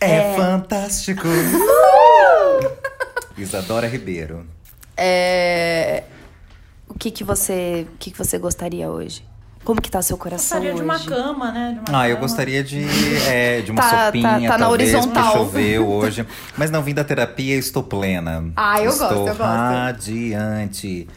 É, fantástico! Isadora Ribeiro. É, O que que você, o que que você gostaria hoje? Como que tá seu coração Gostaria de uma hoje? cama, né? De uma Ah, eu cama. gostaria de, é, de uma Tá- tá- sopinha, tá na talvez, horizontal. porque choveu hoje. Mas não vim da terapia, estou plena. Ah, eu estou gosto, eu gosto. radiante.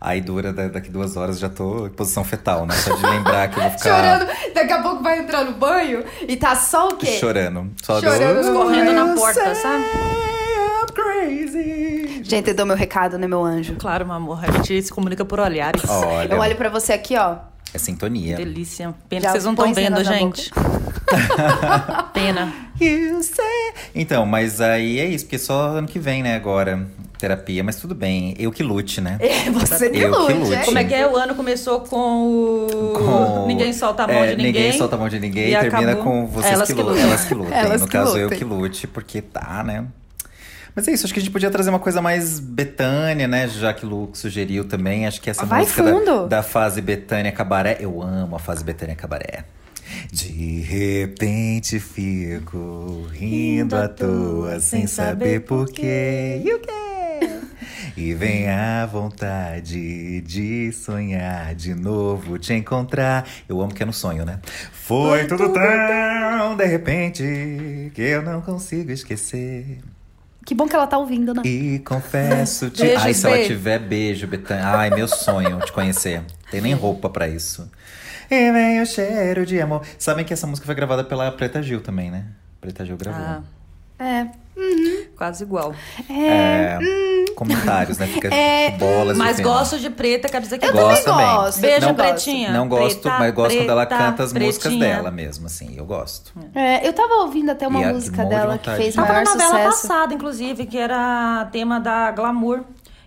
Aí dura, da- daqui duas horas já tô em posição fetal, né? Só de lembrar que eu vou ficar... Chorando. Daqui a pouco vai entrar no banho e tá só o quê? Chorando. Só Chorando, do... Correndo na Eu porta, sei sabe? I'm crazy. Já entendeu meu recado, né, meu anjo? Claro, meu amor. A gente se comunica por olhares. Olha, Eu olho pra você aqui, ó. é sintonia. Delícia. Pena Já que vocês não estão põe cena vendo, na gente. Pena. You say- Então, mas aí é isso, porque só ano que vem, né, agora. Terapia, mas tudo bem. Eu que lute, né? É, você que Eu que lute, é? lute. Como é que é? O ano começou com o. Com- Ninguém solta a mão é, de ninguém. solta a mão de ninguém E e termina acabou. com vocês Elas que, que lutem. lutem. Elas que lutem. Elas no que caso, eu lutem. que lute, porque tá, né? Mas é isso, acho que a gente podia trazer uma coisa mais Betânia, né? Já que o Lu sugeriu também. Acho que essa Vai música da- fundo. da fase Betânia Cabaré. Eu amo a fase Betânia Cabaré. De repente fico rindo à toa sem saber porquê. E o quê? E vem a vontade de sonhar de novo te encontrar. Eu amo que é no sonho, né? Foi tudo tão de repente que eu não consigo esquecer. Que bom que ela tá ouvindo, né? E confesso-te. Beijos, Ai, se ela beijo. tiver beijo, Betânia. Ai, meu sonho te conhecer. Tem nem roupa pra isso. E vem o cheiro de amor. Sabem que essa música foi gravada pela Preta Gil também, né? Preta Gil gravou. Ah, É. quase igual. é. Comentários, né? Fica bolas. de Mas pena. gosto de preta, quero dizer que Eu eu Gosto também também. gosto. Beijo, eu também gosto. pretinha. Não gosto, Preta, mas gosto quando ela preta, canta as músicas pretinha. dela mesmo, assim. Eu gosto. É, eu tava ouvindo até uma E a- música morro de dela que vontade fez de- o Tava maior na novela sucesso. passada, inclusive, que era tema da Glamour,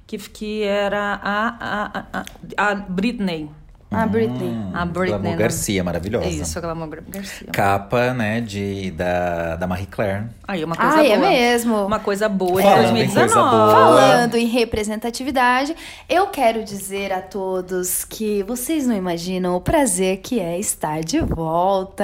que, que era a, a, a, a Britney. A Ah, Britney. Hum. A Britney, Glamour né? Garcia, maravilhosa. Isso, a Glamour Garcia. Capa, né, de, da, da Marie Claire. Aí, uma coisa Ah, boa. é mesmo. Uma coisa boa de Falando em 2019. coisa boa. Falando em representatividade, eu quero dizer a todos que vocês não imaginam o prazer que é estar de volta.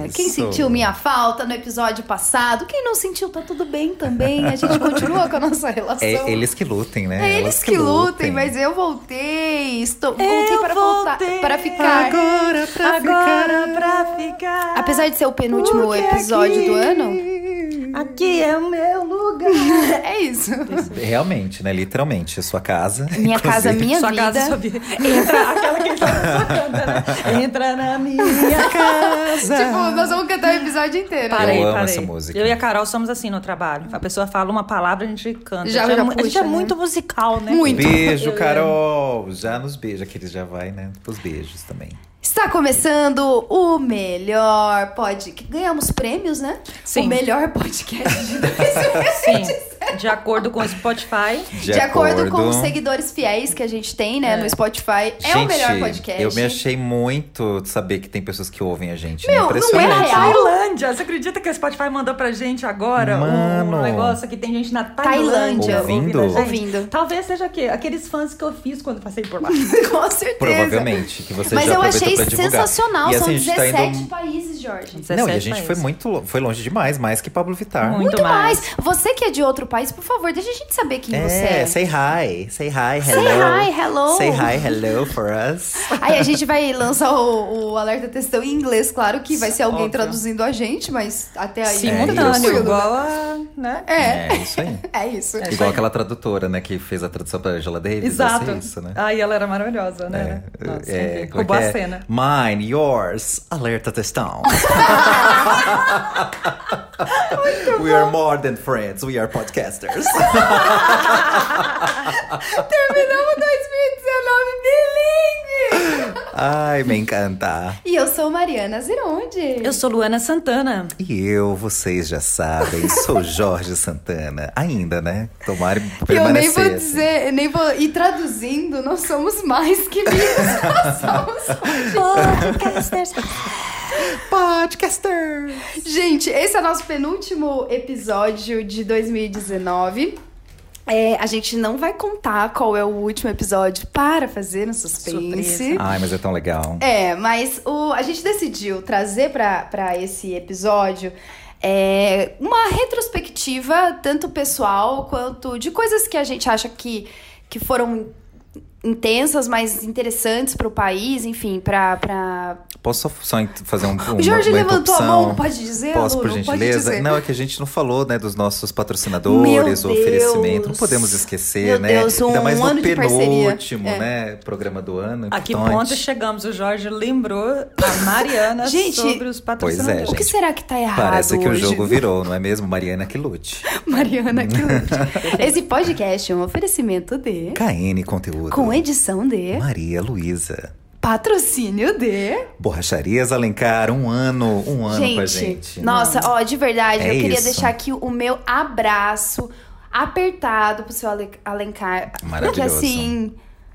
É isso. Quem sentiu minha falta no episódio passado, quem não sentiu, tá tudo bem também. A gente continua com a nossa relação. É eles que lutem, né? Elas É eles que, lutem, mas é eu voltei. Estou, voltei para voltar, para ficar. Agora pra Agora pra ficar. Apesar de ser o penúltimo episódio do ano, Aqui é o meu lugar. é isso. Realmente, né? Literalmente, a sua casa. Minha casa, inclusive. minha sua vida. casa, sua vida. Entra aquela que entra na sua canta, né? Entra na minha casa. Tipo, nós vamos cantar o episódio inteiro. Para. Parei, amo parei. essa música. Eu e a Carol somos assim no trabalho. A pessoa fala uma palavra, a gente canta. Já- a gente, já é, mu- a gente puxa, é né? muito musical, né? Muito. Beijo, Eu e Carol! Já nos beija, que eles já vai, né? Os beijos também. Está começando o melhor podcast. Ganhamos prêmios, né? Sim. O melhor podcast de 2020. Sim, de acordo com o Spotify. De, acordo, com os seguidores fiéis que a gente tem, né, no Spotify, é o Gente, melhor podcast. Eu me achei muito de saber que tem pessoas que ouvem a gente. Meu, né? não é Impressionante. real. Tá Tailândia! Você acredita que o Spotify mandou pra gente agora um Mano. negócio que tem gente na Tailândia. Tailândia ouvindo? a gente? Ouvindo. Talvez seja o quê? Aqueles fãs que eu fiz quando passei por lá. Com certeza. Provavelmente, que você Mas já eu aproveitou achei pra divulgar. sensacional. E assim, São a gente tá 17 indo- países, Jorge. 17 Não, e a gente países. foi muito lo- foi longe demais, mais que Pablo Vittar. Muito. Muito mais. mais. Você que é de outro país, por favor, deixa a gente saber quem você é. É, say hi, say hi, hello. Say hi, hello. Say hi, hello for us. Aí a gente vai lançar o, o alerta textão em inglês, claro que vai ser alguém Óbvio. tranduzindo a gente, mas até aí. Simultâneo, É isso. igual a. Né? É, É, isso aí. é isso. Igual aquela tradutora, né, que fez a tradução pra Angela Davis. Exato. Vai ser isso, né? Ai, ela era maravilhosa, né? É, Nossa, é, enfim, como é roubou que a é? cena. Mine, yours, alerta textão. we are more than friends, we are podcasters. Terminamos 2019 bilingue! Ai, me encanta. E eu sou Mariana Zironde. Eu sou Luana Santana. E eu, vocês já sabem, sou Jorge Santana. Ainda, né? Tomara e E eu permanecer. nem vou assim. dizer, nem vou. E traduzindo, nós somos mais que amigos. Nós somos. Podcasters. Podcaster! Gente, esse é o nosso penúltimo episódio de 2019. É, a gente não vai contar qual é o último episódio para fazer um suspense. Surpresa. Ai, mas é tão legal. É, mas o- a gente decidiu trazer pra pra esse episódio é, uma retrospectiva, tanto pessoal quanto de coisas que a gente acha que, que foram intensas, mas interessantes pro país, enfim, pra. pra... Posso só- só ent- fazer um. O Jorge uma levantou a interrupção? mão, pode dizer? Posso, por Lu? Pode gentileza? dizer. Não, é que a gente não falou, né, dos nossos Meu patrocinadores, Deus. o oferecimento. Não podemos esquecer, Meu né? Deus, um Ainda mais ano no de parceria. penúltimo, É. né? Programa do ano. Então, A que importante. ponto chegamos? O Jorge lembrou a Mariana Gente, sobre pois os é, patrocinadores. O que gente, será que tá errado? Parece que hoje? o jogo virou, não é mesmo? Mariana que lute. Mariana, que lute. Esse podcast é um oferecimento de. KN Conteúdo. Com edição de. Maria Luísa. Patrocínio de. Borracharias Alencar, um ano, um ano com a gente. Nossa, ó, de verdade, É eu queria isso. deixar aqui o meu abraço apertado pro seu Ale- Alencar. Porque Maravilhoso. assim,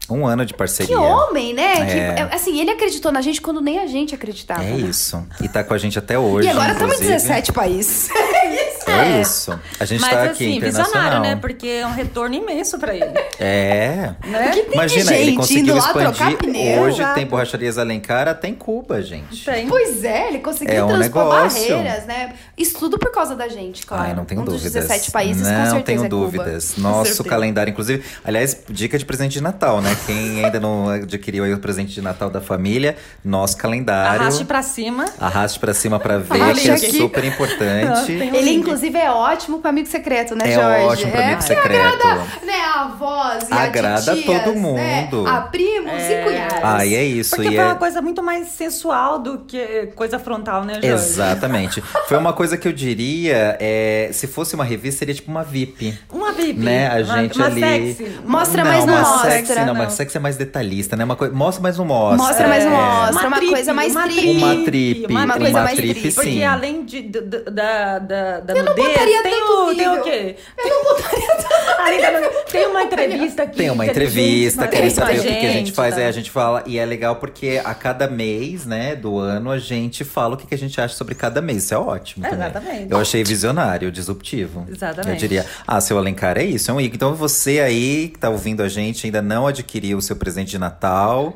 Um ano de que parceria. homem, né? Que, É. assim, ele acreditou na gente quando nem a gente acreditava. É né? isso. E tá com a gente até hoje. e agora estamos em inclusive. 17 países. É isso. A gente Mas tá aqui assim, visionário, internacional. né? Porque é um retorno imenso pra ele. É. Né? de Imagina, ele gente indo conseguiu lá expandir. trocar pneu, Hoje exato. tem borracharias Alencar até em Cuba, gente. Tem. Pois é, ele conseguiu É um transpor negócio. barreiras, né? Isso tudo por causa da gente, claro. Ai, não tenho um dúvidas. Dos 17 países, não com certeza tenho é Cuba. dúvidas. Com Nosso certeza. calendário, inclusive. Aliás, dica de presente de Natal, né? Quem ainda não adquiriu aí o presente de Natal da família, nosso calendário. Arraste pra cima. Arraste pra cima pra ver, Olha que é aqui. super importante. Tem um Ele, link. inclusive, é ótimo pra amigo secreto, né, É Jorge? ótimo pra amigo porque secreto. agrada, né, a avós e Agrada a titias, todo né, mundo. a primos e cunhados. Ah, e é isso. Porque e foi é... uma coisa muito mais sensual do que coisa frontal, né, Jorge? Exatamente. Foi uma coisa que eu diria, é, se fosse uma revista, seria tipo uma VIP. Uma VIP. Né, a uma- gente uma ali. é. sexy. Mostra, não, mas não uma mostra. Sexy, não, Não. Mas sexy é mais detalhista, né? Uma coi- Mostra, mas não mostra. Mostra, mas não É. mostra. uma coisa mais tripe. Uma tripe, uma coisa mais tripe, Porque sim. além de, d- d- da, da, da Eu não nudez, botaria tem tanto o, tem o nível. quê? Eu não botaria tanto. Além da nudez, tem uma entrevista que Tem uma que ele entrevista, fez querem com a saber o que, que a gente faz, tá? aí a gente fala. E é legal porque a cada mês, né, do ano, a gente fala o que, que a gente acha sobre cada mês. Isso é ótimo. também. Exatamente. Eu achei visionário, disruptivo. Exatamente. Eu diria, ah, seu Alencar é isso, é um ícone. Então você aí que tá ouvindo a gente, ainda não adquiriu o seu presente de Natal.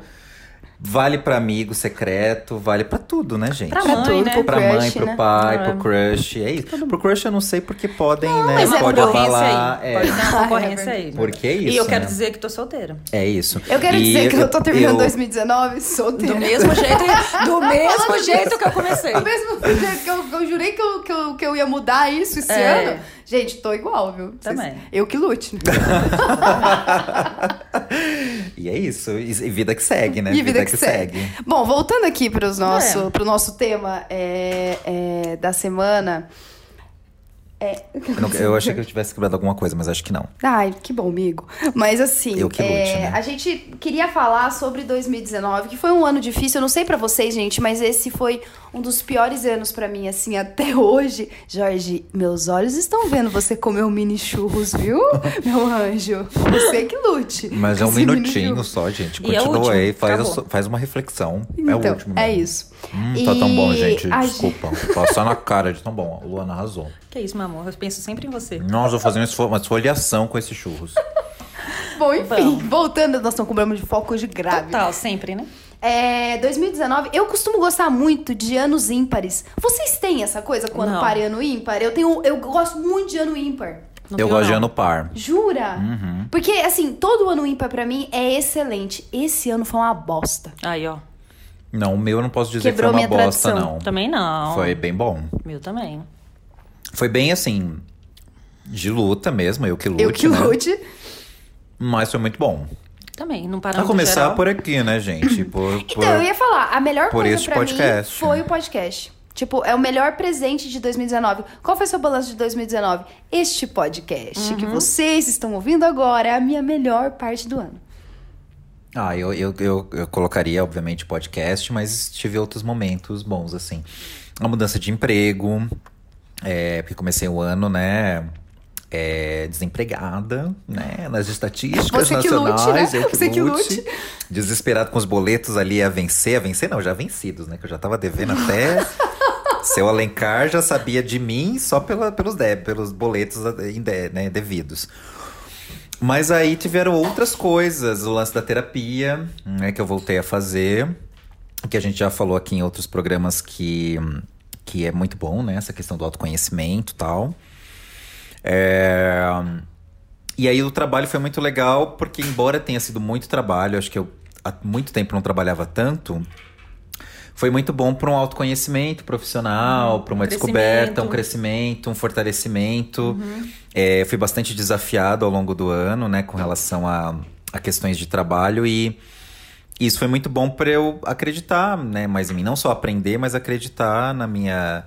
Vale pra amigo secreto, vale pra tudo, né, gente? Pra Pra mãe, tudo, né? pro Pra crush, mãe, pro né? pai, Ah, é. pro crush, é isso. Pro crush eu não sei porque podem, né? mas é pode pro- abalar. aí. é. Pode ter uma Ah, é concorrência verdade. aí. Porque é E isso, eu quero né? dizer que tô solteira. É isso. Eu quero E dizer que eu, tô terminando eu- 2019 solteira. Do mesmo jeito, do mesmo jeito que eu comecei. Do mesmo jeito que eu, que eu jurei que eu, que, eu, que eu ia mudar isso esse É. ano. Gente, tô igual, viu? Vocês- Também. Eu que lute. né? E é isso. E e vida que segue, né? E vida que, segue. Bom, voltando aqui para nosso, É. pro nosso tema é, é, da semana. Eu, não- eu achei que eu tivesse quebrado alguma coisa, mas acho que não. Ai, que bom, amigo. Mas assim, Eu que lute, né? a gente queria falar sobre 2019, que foi um ano difícil. Eu não sei pra vocês, gente, mas esse foi um dos piores anos pra mim, assim, até hoje. Jorge, meus olhos estão vendo você comer um mini churros, viu? Meu anjo, você que lute. Mas é um Esse mini minutinho churros. só, gente. E é o Continua último, aí, faz, a acabou. su- faz uma reflexão. é o Então, último. é mesmo. isso. Hum, tá tão bom, E gente. a Desculpa. Passar na cara de tão bom. A Luana arrasou. Que isso, meu amor. Eu penso sempre em você. Nós vou fazer uma esfo- uma esfoliação com esses churros. Bom, enfim, Vamos. voltando, nós não cobramos de foco de grave. Total, sempre, né? É, 2019, eu costumo gostar muito de anos ímpares. Vocês têm essa coisa com ano Não. par e ano ímpar? Eu tenho, eu gosto muito de ano ímpar. Não eu tenho, gosto de não. ano par. Jura? Uhum. Porque, assim, todo ano ímpar pra mim é excelente. Esse ano foi uma bosta. Aí, ó. Não, o meu eu não posso dizer Quebrou que foi uma minha bosta, tradição. Tá não. Também não. Foi bem bom. Meu também. Foi bem assim. De luta mesmo, eu que lute. eu que Então, né? lute. Mas foi muito bom. Também, não A paramos começar geral. por aqui, né, gente? Por, por... Então, eu ia falar, a melhor por coisa esse pra podcast. mim foi o podcast. Tipo, é o melhor presente de 2019. Qual foi seu balanço de 2019? Este podcast que vocês estão ouvindo agora é a minha melhor parte do ano. Ah, eu, eu, eu, eu colocaria, obviamente, podcast, mas tive outros momentos bons, assim. A mudança de emprego, é, porque comecei o ano, né? é, desempregada, né? Nas estatísticas Você que lute, nacionais. né? eu Você que lute. Desesperado com os boletos ali a vencer, a vencer não, já vencidos, né? Que eu já tava devendo até. Seu Alencar já sabia de mim só pela, pelos, dé- pelos boletos eh, em dé- né, devidos. Mas aí tiveram outras coisas, o lance da terapia, né, que eu voltei a fazer, que a gente já falou aqui em outros programas que, que é muito bom, né, essa questão do autoconhecimento e tal. É, E aí o trabalho foi muito legal, porque embora tenha sido muito trabalho, acho que eu há muito tempo não trabalhava tanto, foi muito bom para um autoconhecimento profissional, para uma crescimento. descoberta, um crescimento, um fortalecimento. É, fui bastante desafiado ao longo do ano, né, com relação a, a questões de trabalho e isso foi muito bom para eu acreditar, né, mais em mim, não só aprender, mas acreditar na minha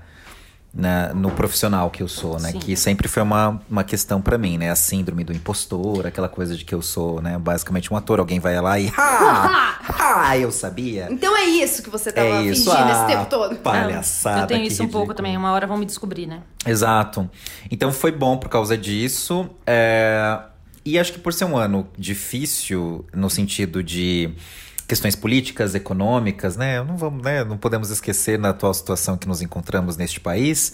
na- no profissional que eu sou, né, Sim. que sempre foi uma, uma questão para mim, né, a síndrome do impostor, aquela coisa de que eu sou, né, basicamente um ator, alguém vai lá e Ah! ha, ha, eu sabia. Então é isso que você tava É isso, fingindo ah, esse tempo todo. palhaçada. Eu tenho que isso um pouco ridículo. também. Uma hora vão me descobrir, né? Exato. Então foi bom por causa disso. é, E acho que por ser um ano difícil no sentido de questões políticas, econômicas, né? Não vamos, né? Não podemos esquecer na atual situação que nos encontramos neste país.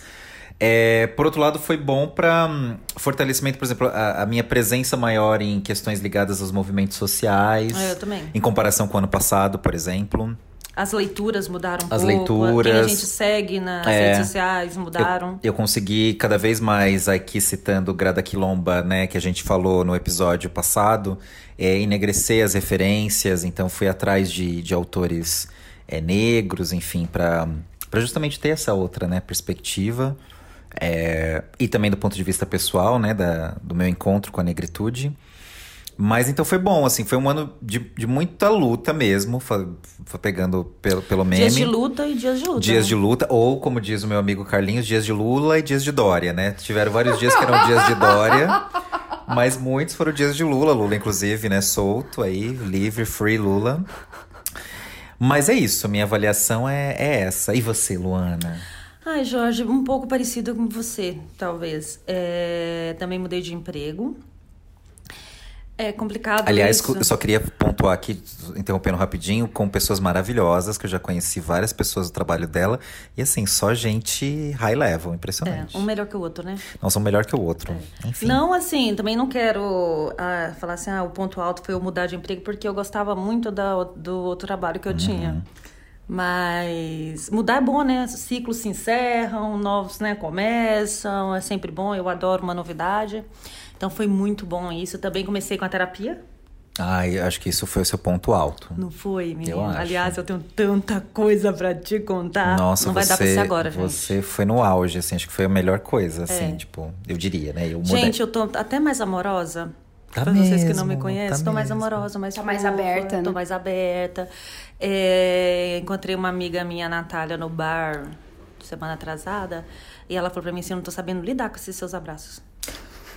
É, por outro lado, foi bom para fortalecimento, por exemplo, a, a minha presença maior em questões ligadas aos movimentos sociais, Ah, Eu também. em comparação com o ano passado, por exemplo. As leituras mudaram um As pouco. Quem a leituras. gente segue nas É. redes sociais mudaram. Eu consegui cada vez mais aqui citando Grada Quilomba, né, que a gente falou no episódio passado, é, enegrecer as referências, então fui atrás de, de autores é, negros, enfim, para justamente ter essa outra né, perspectiva. É, e também do ponto de vista pessoal, né, da, do meu encontro com a negritude. Mas então foi bom, assim, foi um ano de, de muita luta mesmo, fa- fa- pegando pelo, pelo meme. Dias de luta e dias de luta. Dias né? de luta, ou como diz o meu amigo Carlinhos, dias de Lula e dias de Dória, né? Tiveram vários dias que eram dias de Dória, mas muitos foram dias de Lula. Lula, inclusive, né? Solto aí, livre, free Lula. Mas é isso, minha avaliação é, é essa. E você, Luana? Ai, Jorge, um pouco parecido com você, talvez. É, Também mudei de emprego. É complicado Aliás, isso. É, eu só queria pontuar aqui, interrompendo rapidinho, com pessoas maravilhosas, que eu já conheci várias pessoas do trabalho dela. E assim, só gente high level, É, impressionante. um melhor que o outro, né? Não são melhor que o outro. Enfim. Não, assim, também não quero ah, falar assim, ah, o ponto alto foi eu mudar de emprego, porque eu gostava muito da, do outro trabalho Uhum. que eu tinha. Mas mudar é bom, né? Ciclos se encerram, novos né, começam, é sempre bom, eu adoro uma novidade. Então foi muito bom isso. Também comecei com a terapia. Ai, acho que isso foi o seu ponto alto. Não foi, menino? Eu acho. Aliás, eu tenho tanta coisa pra te contar. Nossa, não vai você, dar pra ser agora, gente. É. você é foi no auge, assim, acho que foi a melhor coisa, assim, tipo, eu diria, né? Eu mudei. Gente, eu tô até mais amorosa. Tá pra vocês que não me mesmo, conhecem, tá tô mais mesmo. amorosa, mais Tá mais fofa, aberta, né? Tô mais aberta. É, encontrei uma amiga minha, Natália, no bar semana atrasada. E ela falou pra mim assim: eu não tô sabendo lidar com esses seus abraços.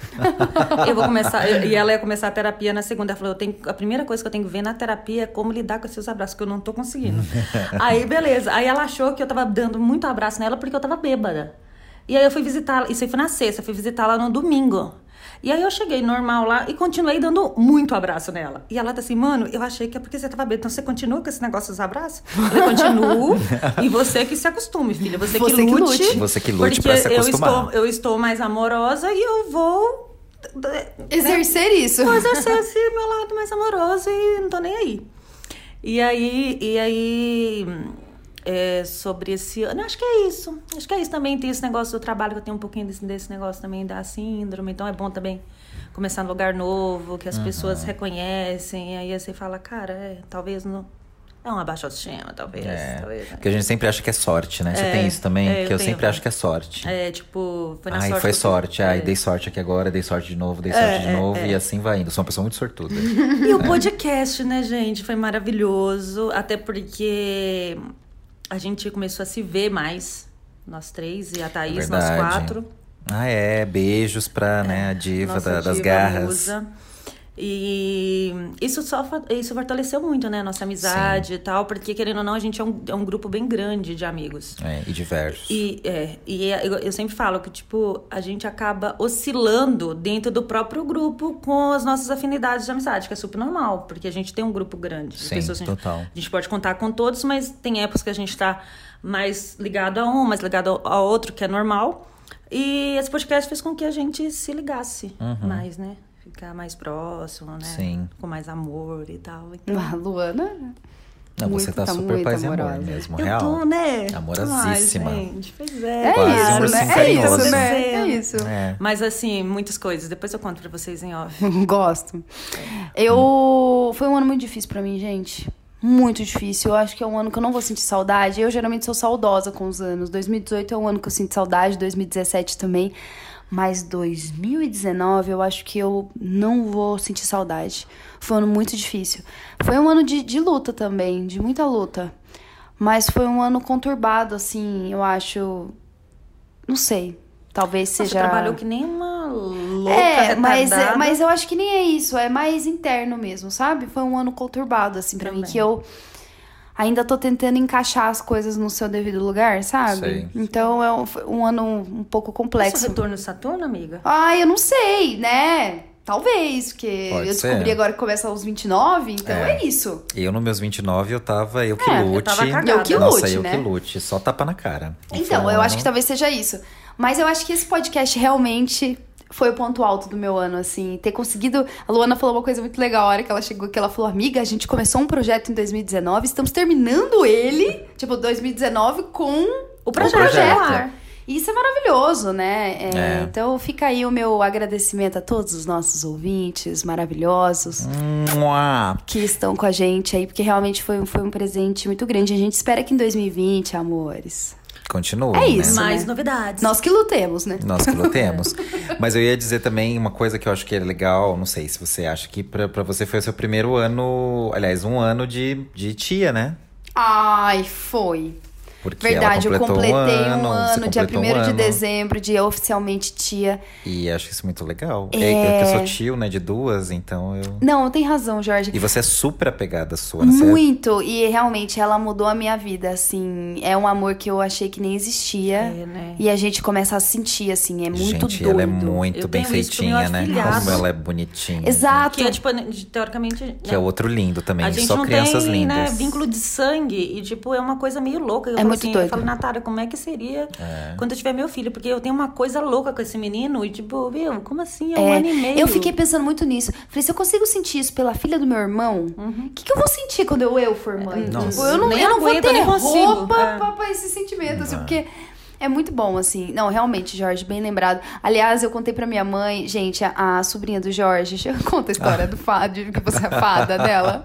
eu vou começar. eu- E ela ia começar a terapia na segunda. Ela falou: eu tenho, a primeira coisa que eu tenho que ver na terapia é como lidar com esses abraços, que eu não tô conseguindo. aí, beleza. Aí ela achou que eu tava dando muito abraço nela porque eu tava bêbada. E aí eu fui visitá-la. Isso aí foi na sexta, eu fui visitá-la no domingo. E aí eu cheguei normal lá e continuei dando muito abraço nela. E ela tá assim, mano, eu achei que é porque você tava bêbada. Então você continua com esse negócio dos abraços? Eu continuo. e você que se acostume, filha. Você, Você que que lute. lute. Você que lute porque pra se eu acostumar. estou- eu estou mais amorosa e eu vou Exercer isso. vou exercer esse meu lado mais amoroso e não tô nem aí. E aí, e aí é, sobre esse ano, acho que é isso. Acho que é isso também. Tem esse negócio do trabalho que eu tenho um pouquinho desse, desse negócio também da síndrome. Então é bom também começar num lugar novo, que as pessoas reconhecem. E aí você fala, cara, é, talvez não. É uma baixa autoestima, talvez. É, talvez né? porque a gente sempre acha que é sorte, né? Você É, tem isso também? é, eu que eu tenho. sempre acho que é sorte. É, tipo, foi na Ai, sorte. foi que eu- sorte. Ai, É. dei sorte aqui agora, dei sorte de novo, dei sorte de novo. E assim vai indo. Sou uma pessoa muito sortuda. E o podcast, né, gente? Foi maravilhoso. Até porque a gente começou a se ver mais. Nós três e a Thaís, nós é Verdade. quatro. ah, é. Beijos pra, né, a diva nossa da- das diva garras. musa. E isso só fa- isso fortaleceu muito, né? Nossa amizade e tal. Porque, querendo ou não, a gente é um, é um grupo bem grande de amigos. É, e diversos. E, é, e é- eu, eu sempre falo que, tipo, a gente acaba oscilando dentro do próprio grupo com as nossas afinidades de amizade, que é super normal, porque a gente tem um grupo grande de Sim, pessoas. que a gente- total. a gente pode contar com todos, mas tem épocas que a gente tá mais ligado a um, mais ligado ao- ao outro, que é normal. E esse podcast fez com que a gente se ligasse mais, né? ficar mais próximo, né? Uhum. Sim. Com mais amor e tal. Então, A Luana. Não, muito, você tá, tá super muito paz e amor amorosa. mesmo, eu real. tô, né? Amorosíssima. Ai, gente, pois É é. Quase um isso, né? ursinho É isso, carinhoso. né? É isso. É. Mas assim, muitas coisas. Depois eu conto pra vocês em off. Gosto. Eu. Foi um ano muito difícil pra mim, gente. Muito difícil. Eu acho que é um ano que eu não vou sentir saudade. Eu geralmente sou saudosa com os anos. 2018 é um ano que eu sinto saudade, 2017 também. Mas 2019 eu acho que eu não vou sentir saudade. Foi um ano muito difícil. Foi um ano de, de luta também, de muita luta. Mas foi um ano conturbado, assim, eu acho. Não sei. Talvez Você seja. Nossa, trabalhou que nem uma louca É, mas, retardada. mas eu acho que nem é isso, é mais interno mesmo, sabe? Foi um ano conturbado, assim, pra mim, Também. que eu ainda tô tentando encaixar as coisas no seu devido lugar, sabe? Sei. Então é um, foi um ano um pouco Isso é complexo. retorno de Saturno, amiga? Ai, eu não sei, né? Talvez, porque Pode eu ser. descobri agora que começa aos 29, então é, É. isso. Eu, nos meus 29, eu tava eu que É, eu lute. tava cagada. Eu que Nossa, lute, eu né? que lute. Só tapa na cara. E foi Então, um eu acho ano- que talvez seja isso. Mas eu acho que esse podcast realmente foi o ponto alto do meu ano, assim. Ter conseguido. A Luana falou uma coisa muito legal a hora que ela chegou, que ela falou: Amiga, a gente começou um projeto em 2019, estamos terminando ele, tipo, 2019, com o projeto. E isso é maravilhoso, né? É, É. Então fica aí o meu agradecimento a todos os nossos ouvintes maravilhosos Mua! que estão com a gente aí, porque realmente foi, um- foi um presente muito grande. A gente espera que em 2020, amores, Continua. É né? isso. mais né? novidades. nós que lutemos, né? Nós que lutemos. Mas eu ia dizer também uma coisa que eu acho que é legal, não sei se você acha que pra, pra você foi o seu primeiro ano, aliás, um ano de, de tia, né? Ai, foi. Porque Verdade, eu ela completou completei um ano, você dia 1 completou um de ano. dezembro, dia oficialmente tia. E acho isso muito legal. É... Eu que eu sou tio, né, de duas, então eu... Não, tem razão, Jorge. E você é super apegada à sua, né? Você é- Muito, e realmente ela mudou a minha vida, assim. É um amor que eu achei que nem existia. É, né? E a gente começa a sentir, assim, é muito Gente, doido. ela é muito Eu bem tenho isso pro meu feitinha, né? afilhado. Como ela é bonitinha. Exato. Que é, tipo, teoricamente... né, Que é outro lindo também, A gente só não crianças tem, lindas. né, vínculo de sangue. E, tipo, é uma coisa meio louca. Eu É falo muito assim, doido. Eu falo, Natália, como é que seria É. quando eu tiver meu filho? Porque eu tenho uma coisa louca com esse menino. E, tipo, meu, como assim? É um ano e meio. Eu fiquei pensando muito nisso. Falei, se eu consigo sentir isso pela filha do meu irmão, o que, que eu vou sentir quando eu, eu for mãe? Nossa. Tipo, eu não, Uhum. É, Nem eu não vou aguento, ter nem consigo. roupa É. pra, pra esse sentimento, assim, porque é muito bom, assim. Não, realmente, Jorge, bem lembrado. Aliás, eu contei pra minha mãe, gente, a, a sobrinha do Jorge, deixa eu contar a história do fado, que você é fada dela.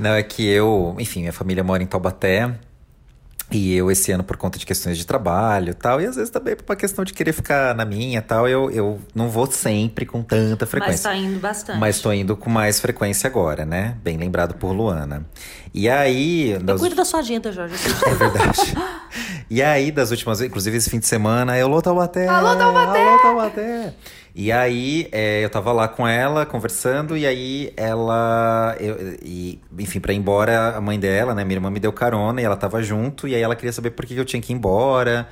Não, é que eu, enfim, minha família mora em Taubaté. E eu, esse ano, por conta de questões de trabalho e tal, e às vezes também por uma questão de querer ficar na minha e tal, eu, eu não vou sempre com tanta Mas frequência. tá indo bastante. Mas tô indo com mais frequência agora, né? Bem lembrado por Luana. E aí. Eu das- cuido da sua agenda, Jorge. Eu cuido. É verdade. E aí, das últimas vezes, inclusive esse fim de semana, eu alô Taubaté! Alô, Taubaté! Alô Taubaté! E aí, é, eu tava lá com ela, conversando, e aí ela. eu- e, enfim, pra ir embora, a mãe dela, né, minha irmã, me deu carona e ela tava junto, e aí ela queria saber por que que eu tinha que ir embora.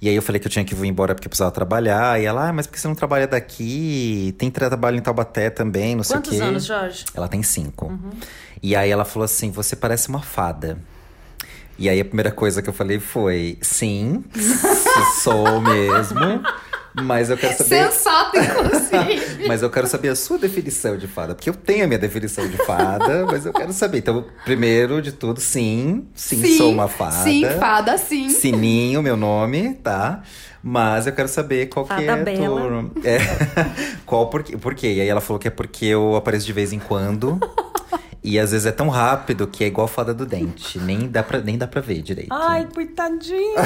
E aí eu falei que eu tinha que ir embora porque eu precisava trabalhar. E ela, ah, mas por que você não trabalha daqui? Tem trabalho em Taubaté também, não sei Quantos o quê. anos, Jorge? Ela tem cinco. E aí ela falou assim: você parece uma fada. E aí a primeira coisa que eu falei foi: sim, sou mesmo. Mas eu quero saber. Sensato, inclusive. Mas eu quero saber a sua definição de fada. Porque eu tenho a minha definição de fada, mas eu quero saber. Então, primeiro de tudo, sim. Sim, sou uma fada. Sim, fada, sim. Uhum. Sininho, meu nome, tá? Mas eu quero saber qual que Fada é Bela. tu- É, qual por quê? por quê? E aí ela falou que é porque eu apareço de vez em quando. e às vezes é tão rápido que é igual fada do dente. Nem dá pra, nem dá pra ver direito. Ai, coitadinho.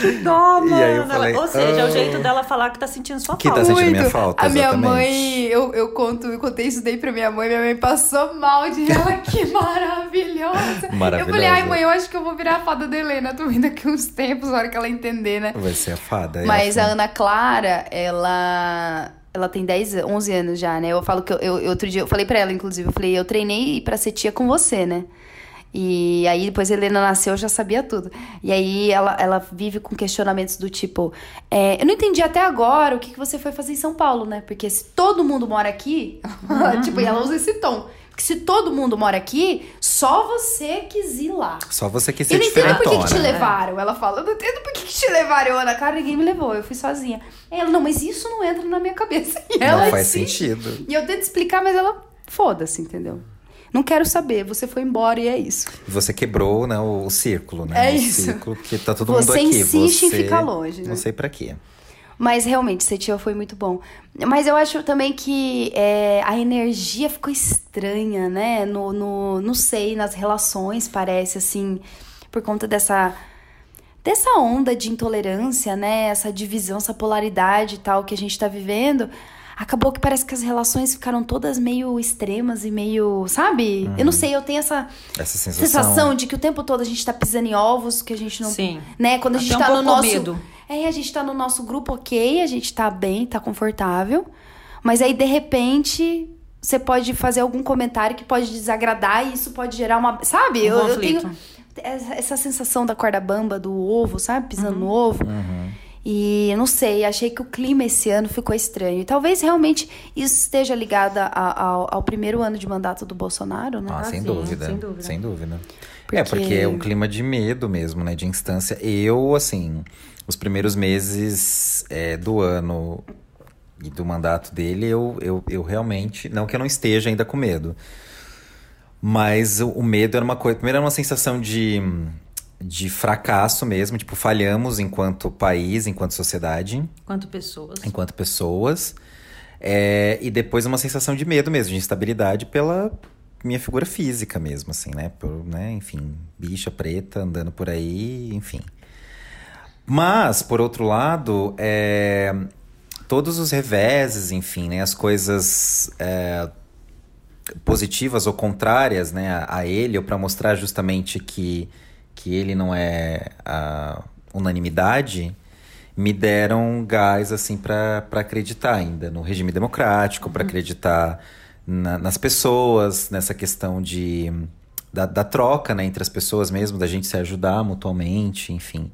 que dó, E mano. aí eu falei, Ela- Ou seja, é "Ah." o jeito dela falar que tá sentindo sua Que tá falta. sentindo- Muito. minha falta, A minha exatamente. mãe, eu, eu conto, eu contei isso daí pra minha mãe, minha mãe passou mal de ela, que maravilhosa. Eu Maravilhosa. falei, ai mãe, eu acho que eu vou virar a fada da Helena também daqui uns tempos, na hora que ela entender, né? Vai ser a fada. é assim. Aí Mas a ela Ana Clara, ela. Ela tem 10, an- 11 anos já, né? Eu falo que eu, eu- eu- outro dia eu falei pra ela, inclusive, eu falei, eu treinei pra ser tia com você, né? E aí depois a Helena nasceu, eu já sabia tudo. E aí ela, ela vive com questionamentos do tipo, é, eu não entendi até agora o que, que você foi fazer em São Paulo, né? Porque se todo mundo mora aqui, tipo, e ela usa esse tom. Porque se todo mundo mora aqui, só você quis ir lá. Só você quis Eu ser não entendo por que, que diferentona. né? te levaram. Ela fala, eu não entendo por que, que te levaram. Eu, Ana, cara, ninguém me levou, eu fui sozinha. Aí Ela, não, mas isso não entra na minha cabeça. E ela não faz insiste. sentido. E eu tento explicar, mas ela, foda-se, entendeu? Não quero saber, você foi embora e é isso. E Você quebrou né, o, o círculo, né? É o isso. círculo, porque tá todo Você mundo aqui. insiste em Você- ficar longe, né? Não sei pra quê. Mas realmente, Setia foi muito bom. Mas eu acho também que é, a energia ficou estranha, né? No, no, não sei, nas relações, parece, assim, por conta dessa. Dessa onda de intolerância, né? Essa divisão, essa polaridade e tal que a gente tá vivendo, acabou que parece que as relações ficaram todas meio extremas e meio. Sabe? Eu não sei, eu tenho essa Essa sensação. sensação de que o tempo todo a gente tá pisando em ovos, que a gente não. Sim. Né? Quando a gente Até um tá no pouco nosso. medo. É, a gente tá no nosso grupo ok, a gente tá bem, tá confortável. Mas aí, de repente, você pode fazer algum comentário que pode desagradar e isso pode gerar uma. Sabe? Um eu, eu conflito. tenho essa essa sensação da corda bamba, do ovo, sabe? Pisando Uhum. no ovo. E eu não sei, achei que o clima esse ano ficou estranho. E talvez realmente isso esteja ligado a- a- ao, ao primeiro ano de mandato do Bolsonaro, né? Ah, sem sim, dúvida. sem dúvida. Sem dúvida. É, porque é um clima de medo mesmo, né? De instância. Eu, assim, os primeiros meses é, do ano e do mandato dele, eu, eu, eu realmente. Não que eu não esteja ainda com medo. Mas o, o medo era uma coisa. Primeiro, era uma sensação de, de fracasso mesmo. Tipo, falhamos enquanto país, enquanto sociedade Quanto pessoas. enquanto pessoas. É, e depois uma sensação de medo mesmo, de instabilidade pela minha figura física mesmo, assim, né? Por, né? Enfim, bicha preta andando por aí, enfim. Mas, por outro lado, é, todos os reveses, enfim, né? As coisas é, positivas ou contrárias né, a- a ele, ou para mostrar justamente que, que ele não é a unanimidade, me deram gás assim para acreditar ainda no regime democrático, para acreditar na- nas pessoas, nessa questão de da, da troca né, entre as pessoas mesmo, da gente se ajudar mutuamente, enfim.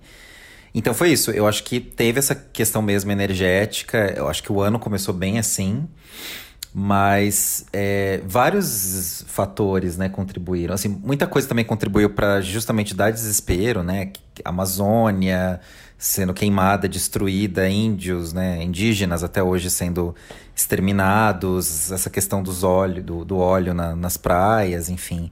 Então foi isso. Eu acho que teve essa questão mesmo energética. Eu acho que o ano começou bem assim. Mas é, vários fatores, né, contribuíram. Assim, muita coisa também contribuiu para justamente dar desespero, né? que- que a Amazônia sendo queimada, destruída, índios, né, indígenas até hoje sendo exterminados, essa questão dos óleo, do, do óleo na- nas praias, enfim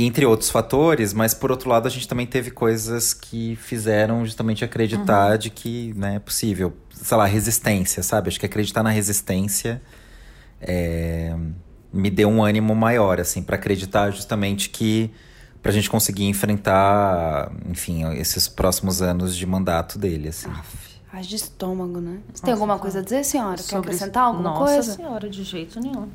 entre outros fatores, mas por outro lado a gente também teve coisas que fizeram justamente acreditar de que né, é possível, sei lá, resistência, sabe? Acho que acreditar na resistência é, me deu um ânimo maior, assim, para acreditar justamente que pra gente conseguir enfrentar, enfim, esses próximos anos de mandato dele, assim. Az de estômago, né? Você tem alguma coisa a dizer, senhora? Quer acrescentar isso. alguma Nossa coisa? senhora, de jeito nenhum.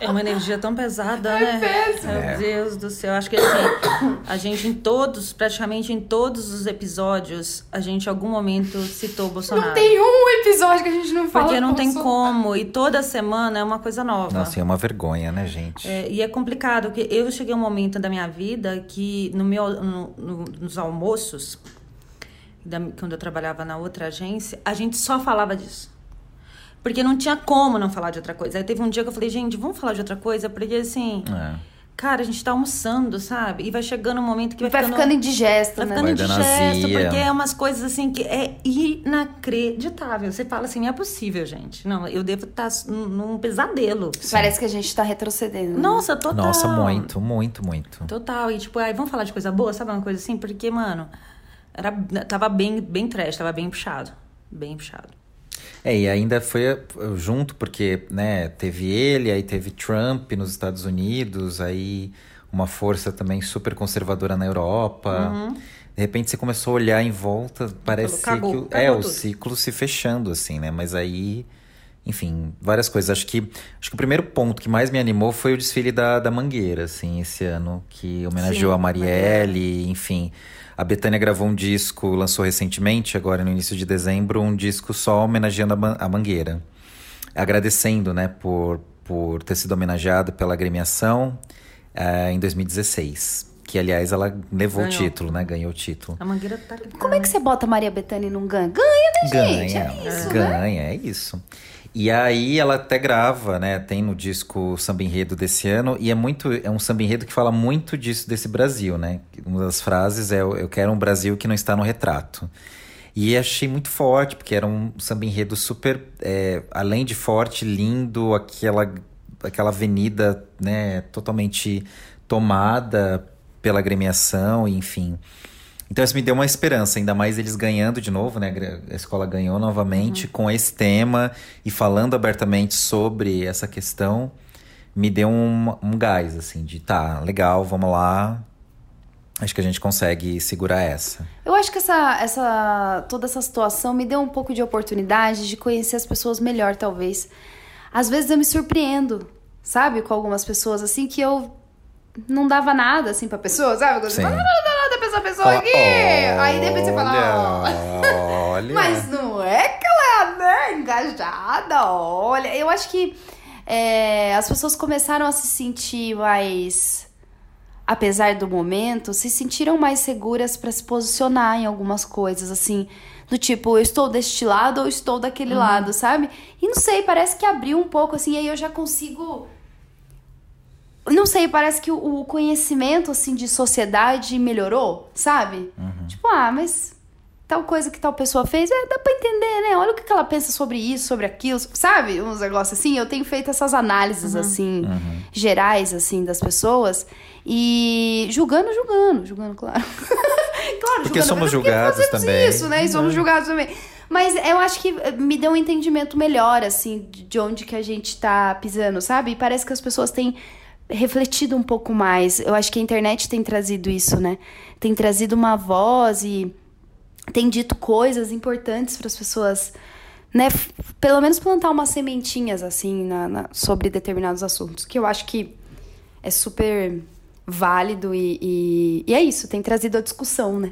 É uma energia tão pesada, É né? Meu Deus do céu. Acho que assim, a gente em todos, praticamente em todos os episódios, a gente em algum momento citou o Bolsonaro. Não tem um episódio que a gente não fala. Porque não com tem o Sol- como. E toda semana é uma coisa nova. Nossa, e é uma vergonha, né, gente? É, e é complicado, porque eu cheguei a um momento da minha vida que no meu, no- no- nos almoços, da- quando eu trabalhava na outra agência, a gente só falava disso. Porque não tinha como não falar de outra coisa. Aí teve um dia que eu falei, gente, vamos falar de outra coisa? Porque assim, É. cara, a gente tá almoçando, sabe? E vai chegando um momento que vai, Vai ficando indigesto, Tá né? ficando Vai dando indigesto, azia. porque é umas coisas assim que é inacreditável. Você fala assim, não é possível, gente. Não, eu devo estar num pesadelo. Parece que a gente tá retrocedendo. né? Nossa, total. Nossa, muito, muito, muito. Total. E tipo, ai, vamos falar de coisa boa, sabe? Uma coisa assim, porque, mano, era, tava bem, bem trash, tava bem puxado. Bem puxado. É, e ainda foi eh, junto, porque, né, teve ele, aí teve Trump nos Estados Unidos, aí uma força também super conservadora na Europa. De repente você começou a olhar em volta, parece Uhum. Cagou, que o, cagou é, o tudo. ciclo se fechando, assim, né? Mas aí, enfim, várias coisas. Acho que, acho que o primeiro ponto que mais me animou foi o desfile da, da Mangueira, assim, esse ano, que homenageou Sim, a Marielle, enfim. A Betânia gravou um disco, lançou recentemente, agora no início de dezembro, um disco só homenageando a, Man- a Mangueira. Agradecendo, né, por, por ter sido homenageada pela agremiação eh, em 2016. Que, aliás, ela levou Ganhou. o título, né? Ganhou o título. A mangueira tá. Como é que você bota Maria Bethânia e não ganha? Ganha, né, gente? ganha, É isso, né? ganha, é isso. E aí ela até grava, né? Tem no disco Samba Enredo desse ano, e é muito, é um samba enredo que fala muito disso desse Brasil, né? Uma das frases é eu eu quero um Brasil que não está no retrato. E achei muito forte, porque era um samba enredo super, é, além de forte, lindo, aquela, aquela avenida, né, totalmente tomada pela agremiação, enfim. Então isso me deu uma esperança, ainda mais eles ganhando de novo, né? a gra- A escola ganhou novamente Uhum. com esse tema e falando abertamente sobre essa questão, me deu um, um gás, assim, de tá, legal, vamos lá. Acho que a gente consegue segurar essa. Eu acho que essa, essa, toda essa situação me deu um pouco de oportunidade de conhecer as pessoas melhor, talvez. Às vezes eu me surpreendo, sabe? Com algumas pessoas, assim, que eu não dava nada, assim, pra pessoa, sabe? Quando você Sim. fala, "Ah, não dá nada pra essa pessoa Fala, aqui! Aí de repente você fala, ó... Olha, olha. Mas não é que ela é né, engajada, olha. Eu acho que é, as pessoas começaram a se sentir mais. Apesar do momento, se sentiram mais seguras pra se posicionar em algumas coisas, assim. Do tipo, eu estou deste lado ou estou daquele lado, sabe? E não sei, parece que abriu um pouco, assim, aí eu já consigo. Não sei, parece que o o conhecimento, assim, de sociedade melhorou, sabe? Tipo, ah, mas tal coisa que tal pessoa fez, é, dá pra entender, né? Olha o que, que ela pensa sobre isso, sobre aquilo, sabe? Uns negócios assim. Eu tenho feito essas análises, assim, gerais, assim, das pessoas. E julgando, julgando, julgando, claro. claro, Porque julgando, somos mas é julgados fazemos também. isso, né? E somos julgados também. Mas eu acho que eh, me deu um entendimento melhor, assim, de de onde que a gente tá pisando, sabe? E parece que as pessoas têm refletido um pouco mais. Eu acho que a internet tem trazido isso, né? Tem trazido uma voz e tem dito coisas importantes para as pessoas, né? F- Pelo menos plantar umas sementinhas assim na- na- sobre determinados assuntos, que eu acho que é super válido e, e- e é isso, tem trazido a discussão, né?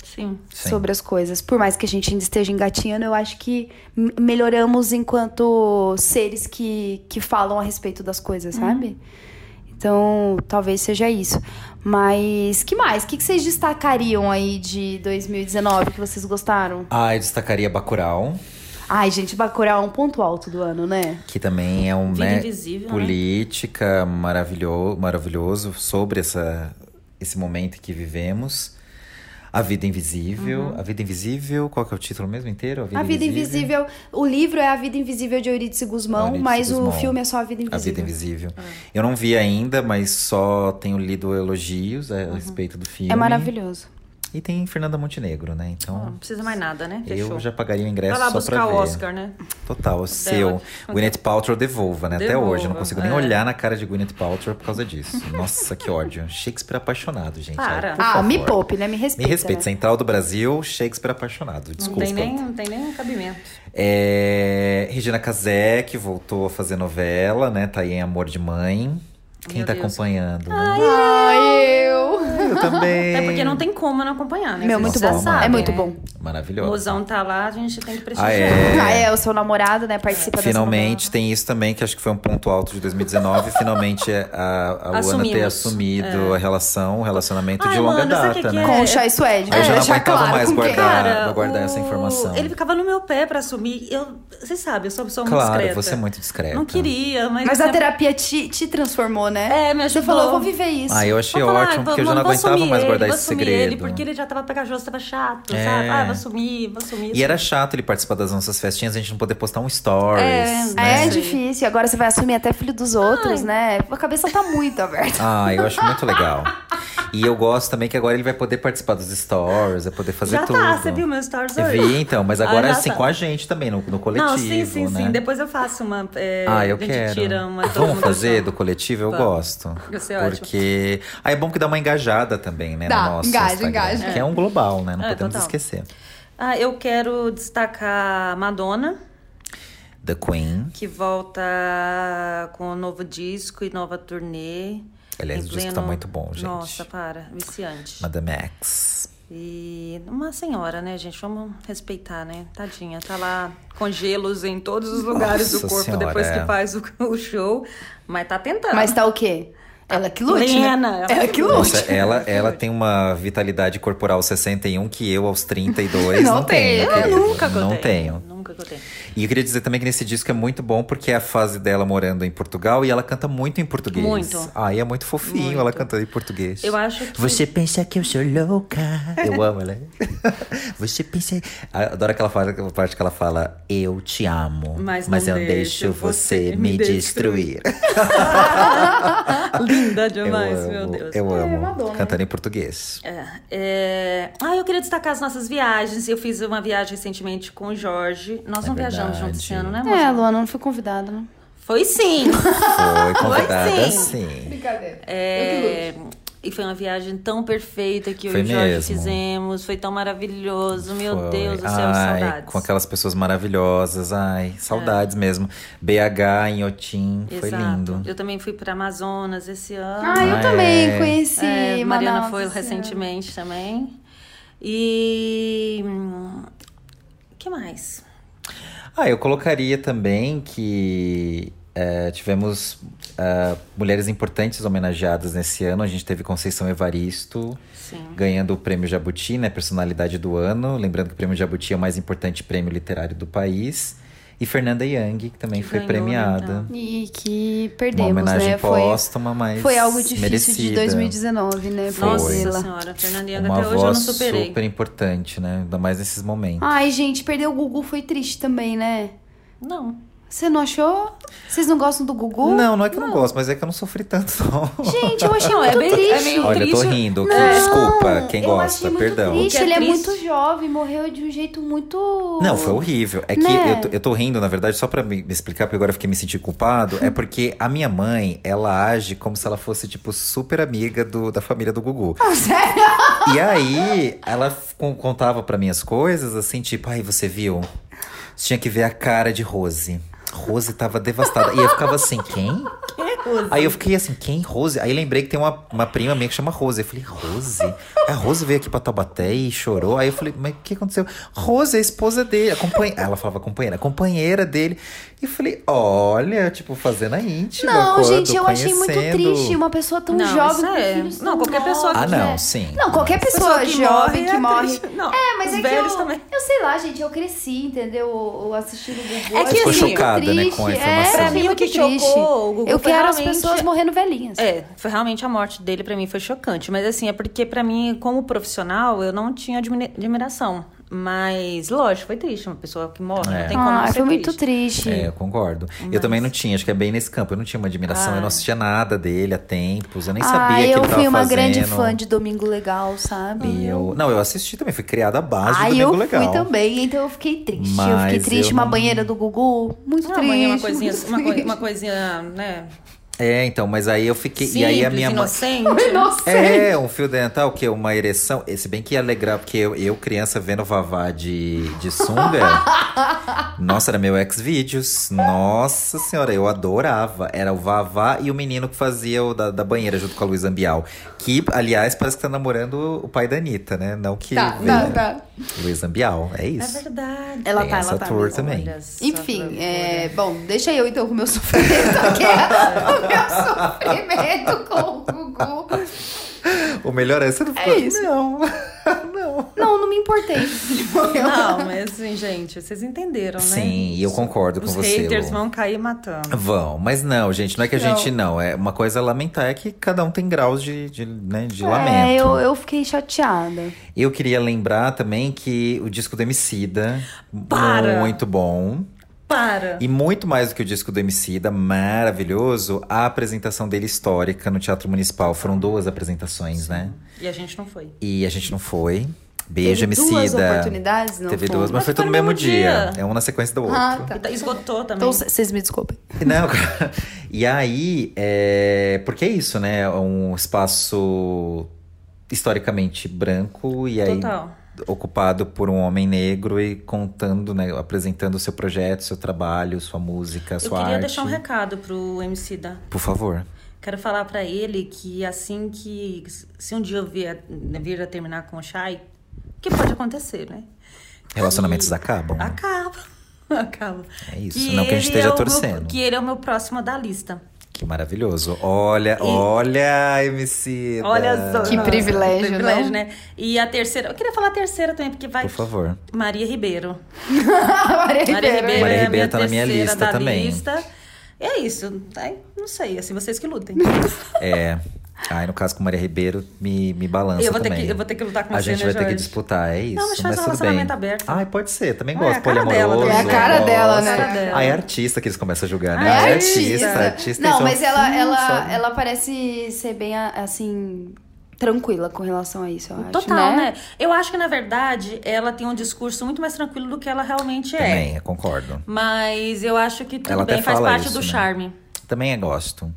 tá, Sim. Sim. Sobre as coisas. Por mais que a gente ainda esteja engatinhando, eu acho que m- melhoramos enquanto seres que, que falam a respeito das coisas, sabe? Então, talvez seja isso. Mas que mais? O que que vocês destacariam aí de 2019 que vocês gostaram? Ah, eu destacaria Bacurau, Ai, gente, Bacurau é um ponto alto do ano, né? que também é um, Vida né, invisível. né? política maravilhoso, maravilhoso sobre essa, esse momento que vivemos. A Vida Invisível. A Vida Invisível, qual que é o título mesmo inteiro? A Vida Invisível. O livro é A Vida Invisível de Eurídice Guzmão, Eurídice mas o Guzmão. filme é só A Vida Invisível. A Vida Invisível. Eu não vi ainda, mas só tenho lido elogios a respeito do filme. É maravilhoso. E tem Fernanda Montenegro, né? Então, Não precisa mais nada, né? eu Fechou. já pagaria o ingresso Vai só pra lá buscar ver. o Oscar, né? Total, o seu. Gwyneth Paltrow devolva, né? Até Devolva, hoje, eu não consigo nem é. olhar na cara de Gwyneth Paltrow por causa disso. Nossa, que ódio. Shakespeare apaixonado, gente. Para. Ai, por Ah, favor. me poupe, né? Me Me respeita. respeite. né? Central do Brasil, Shakespeare apaixonado. Não Desculpa. tem, nem, não tem nem cabimento. É, Regina Casé, que voltou a fazer novela, né? Tá aí em Amor de Mãe. Quem Meu tá Deus. acompanhando? né? Ai, Ah, eu. Eu também. Até É porque não tem como não acompanhar, né? É. Meu, Vocês muito já bom. sabem, é muito né? bom. O Maravilhosa. Mozão tá lá, a gente tem que prestigiar. Ah, é. Ah, é, o seu namorado, né? Participa dessa Finalmente tem isso também, que acho que foi um ponto alto de 2019. finalmente é, a, a Luana ter Assumimos. é. assumido a relação, um relacionamento Ai, de longa mano, sabe o que data, que né? novela. Com É. o Chai Suede. Aí eu já não deixar aguentava mais com quem. guardar. Pra Tá, guardar o- essa informação. Ele ficava no meu pé pra assumir. Eu, você sabe, eu sou uma pessoa muito Claro, discreta. você é muito discreta. Não queria, mas. é Mas a sempre- terapia te, te transformou, né? É, me ajudou. Você falou, eu vou viver isso. Ah, eu achei Vou falar, ótimo, vou- porque eu já mano, não vou aguentava assumir mais ele, guardar vou esse assumir segredo. Ele, porque ele já tava pegajoso, tava chato, É. sabe? Ah, vou assumir, vou assumir. assim. E era chato ele participar das nossas festinhas, a gente não poder postar um stories. É, né? É Sim. difícil, agora você vai assumir até filho dos outros, né? A cabeça tá muito aberta. Ah, eu acho muito legal. E eu gosto também que agora ele vai poder participar dos stories, vai poder fazer já tudo. tá, você viu meus stories Eu hoje? vi, então, mas agora Ah, já assim, tá. com a gente também, no, no coletivo, Não, sim, sim, né? sim. Depois eu faço uma. é, Ah, eu a gente quero. Tira uma, todo Vamos mundo fazer junto. do coletivo? Eu Vamos. gosto. Vai ser ótimo. porque. Ah, é bom que dá uma engajada também, né? Dá, no nosso engaja, Instagram, engaja. Que é um global, né? Não É, podemos total. esquecer. Ah, eu quero destacar Madonna, The Queen. que volta com um novo disco e nova turnê. Aliás, Em o disco tá muito bom, gente. Nossa, para, viciante. Madame X. E uma senhora, né, gente? Vamos respeitar, né? Tadinha, tá lá com gelos em todos os lugares do Nossa corpo depois Senhora, é. que faz o, o show, mas tá tentando. Mas tá o quê? Ela que lute, Lena, né? ela Ela que lute. Nossa, ela, ela tem uma vitalidade corporal 61 que eu aos 32 não, Não tenho. tenho. querida. Eu nunca que eu Não tenho. tenho. Nunca que eu tenho. E eu queria dizer também que nesse disco é muito bom porque é a fase dela morando em Portugal e ela canta muito em português. Muito. Aí é muito fofinho Muito. ela cantando em português. Eu acho que- Você pensa que eu sou louca. Eu amo ela. Você pensa. Ah, Adoro aquela fala- aquela parte que ela fala: Eu te amo, mas, Mas eu não deixo deixo você você me me destruir. Linda Eu demais, amo, meu Deus. Eu amo. Madonna. Cantando em português. É, é, Ah, eu queria destacar as nossas viagens. Eu fiz uma viagem recentemente com o Jorge. Nós É não viajamos juntos esse verdade. ano, né, amor? É, Luana não foi convidada, né? Foi sim! Foi convidada, Foi sim. sim. Brincadeira. É, E foi uma viagem tão perfeita que eu Foi e o Jorge mesmo. fizemos. Foi tão maravilhoso. Meu Foi. Deus do céu, Ai, saudades. É. Com aquelas pessoas maravilhosas. Ai, saudades mesmo. BH, Inhotim, foi Exato. lindo. Eu também fui para Amazonas esse ano. Ah, eu Ah, também é. conheci É, Manaus Mariana assim, foi esse ano. recentemente também. E. hum, que mais? Ah, eu colocaria também que é, tivemos ah, mulheres importantes homenageadas nesse ano. A gente teve Conceição Evaristo Sim. ganhando o prêmio Jabuti, né? Personalidade do ano. Lembrando que o prêmio Jabuti é o mais importante prêmio literário do país. E Fernanda Young, que também Que foi ganhou, né, premiada. então. E que Uma perdemos, homenagem né? Foi, póstuma, mas. foi algo difícil de merecida. 2019, né? pra Foi. Nossa Priscila. senhora, Fernanda Young, Uma até hoje eu não voz superei. super importante, né? Ainda mais nesses Ah, momentos. Ai, gente, perder o Gugu foi triste também, né? Não. Você não achou? Vocês não gostam do Gugu? Não, não é que eu não gosto, mas é que eu não sofri tanto, não. Gente, eu achei Não, é muito bem- é triste. meio- Olha, eu tô triste. É, rindo. que- Não, desculpa, quem eu gosta, achei muito perdão. Triste, O que é ele é triste- muito jovem, morreu de um jeito muito. Não, foi horrível. É que Né? eu, tô, eu tô rindo, na verdade, só pra me me explicar, porque agora eu fiquei me sentindo culpado. é porque a minha mãe, ela age como se ela fosse, tipo, super amiga do, da família do Gugu. Ah, Sério? E aí, ela f- con- contava pra mim as coisas, assim, tipo, ai, você viu? Você tinha que ver a cara de Rose. Rose tava devastada. E eu ficava assim, quem? Aí eu fiquei assim, quem? Rose? Aí lembrei que tem uma, uma prima minha que chama Rose. Eu falei, Rose? É, A Rose veio aqui pra Taubaté e chorou. Aí eu falei, mas o que aconteceu? Rose é a esposa dele. A companhe... Ela falava companheira, a companheira dele. E eu falei, olha, tipo, fazendo a íntima. Não, quando, gente, eu achei muito conhecendo. triste uma pessoa tão Não, jovem. isso com é. filhos tão Não, qualquer novos, pessoa Ah, né? não, sim. Não, qualquer pessoa, jovem que morre. é triste. Não, É, mas os é que velhos eu, também. eu sei lá, gente, eu cresci, entendeu? Eu assisti no Gugu. É eu que, achei assim, muito chocada, né, com a triste. informação. É, Pra eu achei mim, o muito que triste. chocou o Gugu Eu foi quero as realmente- pessoas morrendo velhinhas. É, foi realmente a morte dele pra mim foi chocante, mas assim, é porque pra mim, como profissional, eu não tinha admi- admiração. Mas, lógico, foi triste, uma pessoa que morre, É. não tem como não Ah, ser foi muito triste. triste. É, eu concordo. Eu também não tinha, acho que é bem nesse campo. Eu não tinha uma admiração, eu não assistia nada dele há tempos, eu nem sabia ah, que ele eu tava fui uma fazendo. grande fã de Domingo Legal, sabe? E eu... Não, eu assisti também, fui criada à base Ah, do eu Domingo Legal. fui também, então eu fiquei triste. eu Mas fiquei triste, eu uma não- banheira do Gugu, muito Ah, triste. mãe, uma coisinha, muito uma, coi- triste. uma coisinha, né? É, então, mas aí eu fiquei. Simples, e aí a minha mãe. inocente. Nossa, tá, É, um fio dental, que é uma ereção. E Se bem que ia alegrar, porque eu, eu, criança, vendo Vavá de, de sunga. nossa, era meu ex-vídeos. Nossa senhora, eu adorava. Era o Vavá e o menino que fazia o da, da banheira junto com a Luísa Ambial. Que, aliás, parece que tá namorando o pai da Anitta, né? Não que. Tá, veja. tá, tá. Luísa Ambial, é É isso. verdade. Ela Tem tá, ela essa tá tour Olha mesmo. também. só que Enfim, loucura. é, bom, deixa eu então com o meu sofrimento aqui. o meu sofrimento com o Gugu. O melhor é você não ficou. isso. Não. não. não, não me importei. Não, mas assim, gente, vocês entenderam, né? Sim, e eu concordo com Os você, haters Lu. vão cair matando. Vão, mas não, gente, não é que a Não. gente não. É uma coisa é lamentar é que cada um tem graus de, de, né, de É, lamento. eu, Eu... eu fiquei chateada. queria lembrar também que o disco do Emicida, Para! muito bom. Para! E muito mais do que o disco do Emicida, maravilhoso, a apresentação dele histórica no Teatro Municipal. Foram duas apresentações, né? E a gente não foi. E a gente não foi. Beijo, Teve Emicida. duas oportunidades, não Teve foi? duas, mas, foi tudo no mesmo dia. É um na sequência do outro. Ah, tá. E tá- Esgotou também. Então, c- vocês me desculpem. Não, e aí, é, porque é isso, né? É um espaço historicamente branco e aí Total. ocupado por um homem negro e contando, né? Apresentando o seu projeto, seu trabalho, sua música, Eu sua queria arte. deixar um recado pro MC da. Por favor. Quero falar pra ele que assim que. Se um dia eu vier, vir a terminar com o Shai, que pode acontecer, né? Relacionamentos acabam. né? Acaba. Acaba. É isso, não que a gente ele esteja é o meu- torcendo. que ele é o meu próximo da lista. Que maravilhoso. Olha, olha, MC. Olha só. Que privilégio, privilégio, não? né? E a terceira, eu queria falar a terceira também, porque vai. Por favor. Maria Ribeiro. Maria Maria Ribeiro. Ribeiro Maria é a minha Ribeiro tá na minha terceira lista da também. lista. É isso. Ai, Não sei, assim, vocês que lutem. É. Ai, no caso com Maria Ribeiro, me, me balança Eu vou ter também. que- eu vou ter que lutar com A você, gente né, vai ter que Jorge? disputar, é isso. Não, mas faz um tudo bem. relacionamento aberto. Ai, pode ser. Também Ah, gosto. é a cara dela poliamoroso. também. É a cara dela, né? gosto. É a cara dela. Ah, é artista que eles começam a julgar, né? Ah, Ah, é é artista. artista. artista Não, então, mas ela, hum, ela, sabe? ela parece ser bem, a- assim, tranquila com relação a isso, eu acho. Total, né? Eu acho que, na verdade, ela tem um discurso muito mais tranquilo do que ela realmente é. Também, eu concordo. Mas eu acho que tudo Ela até bem, faz fala parte isso, do né? charme. Também é gosto.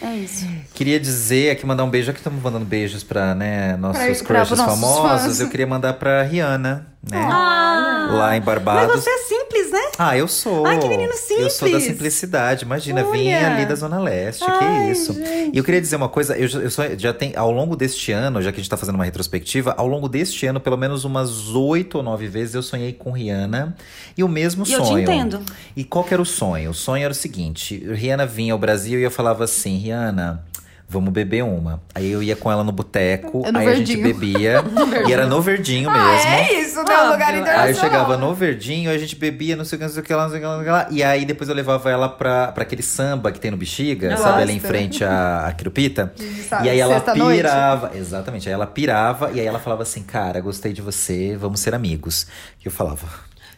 É isso. Queria dizer aqui, mandar um beijo, já que estamos mandando beijos para né, nossos Pra- pra crushes nossos famosos, fãs. eu queria mandar pra Rihanna, né? Ah! Lá em Mas Barbados. você é simples, né? Ah, eu sou. Ai, que menino Eu sou da simples. simplicidade, imagina, vim Olha. ali da Zona Leste, Ai, que isso. E eu queria dizer uma coisa, eu, já- eu só- já tenho, ao longo deste ano, já que a gente tá fazendo uma retrospectiva, ao longo deste ano, pelo menos umas oito ou nove vezes eu sonhei com Rihanna e o mesmo E eu sonho. te entendo. E qual que era o sonho? O sonho era o seguinte: Rihanna vinha ao Brasil e eu falava assim, Rihanna. Vamos beber uma. Aí eu ia com ela no boteco, É no aí a gente Verdinho. bebia. e era no verdinho mesmo. Ah, é isso, né? Óbvio. O lugar Aí eu internacional. Aí eu chegava no verdinho, aí a gente bebia, não sei o que, não sei o que lá, não sei o que lá, não sei o que lá. E aí depois eu levava ela pra, pra aquele samba que tem no Bexiga, Eu sabe? gosto. Ela em frente à, à Quirupita. Sabe, e aí ela sexta-noite. pirava. Exatamente, aí ela pirava e aí ela falava assim, cara, gostei de você, vamos ser amigos. E eu falava.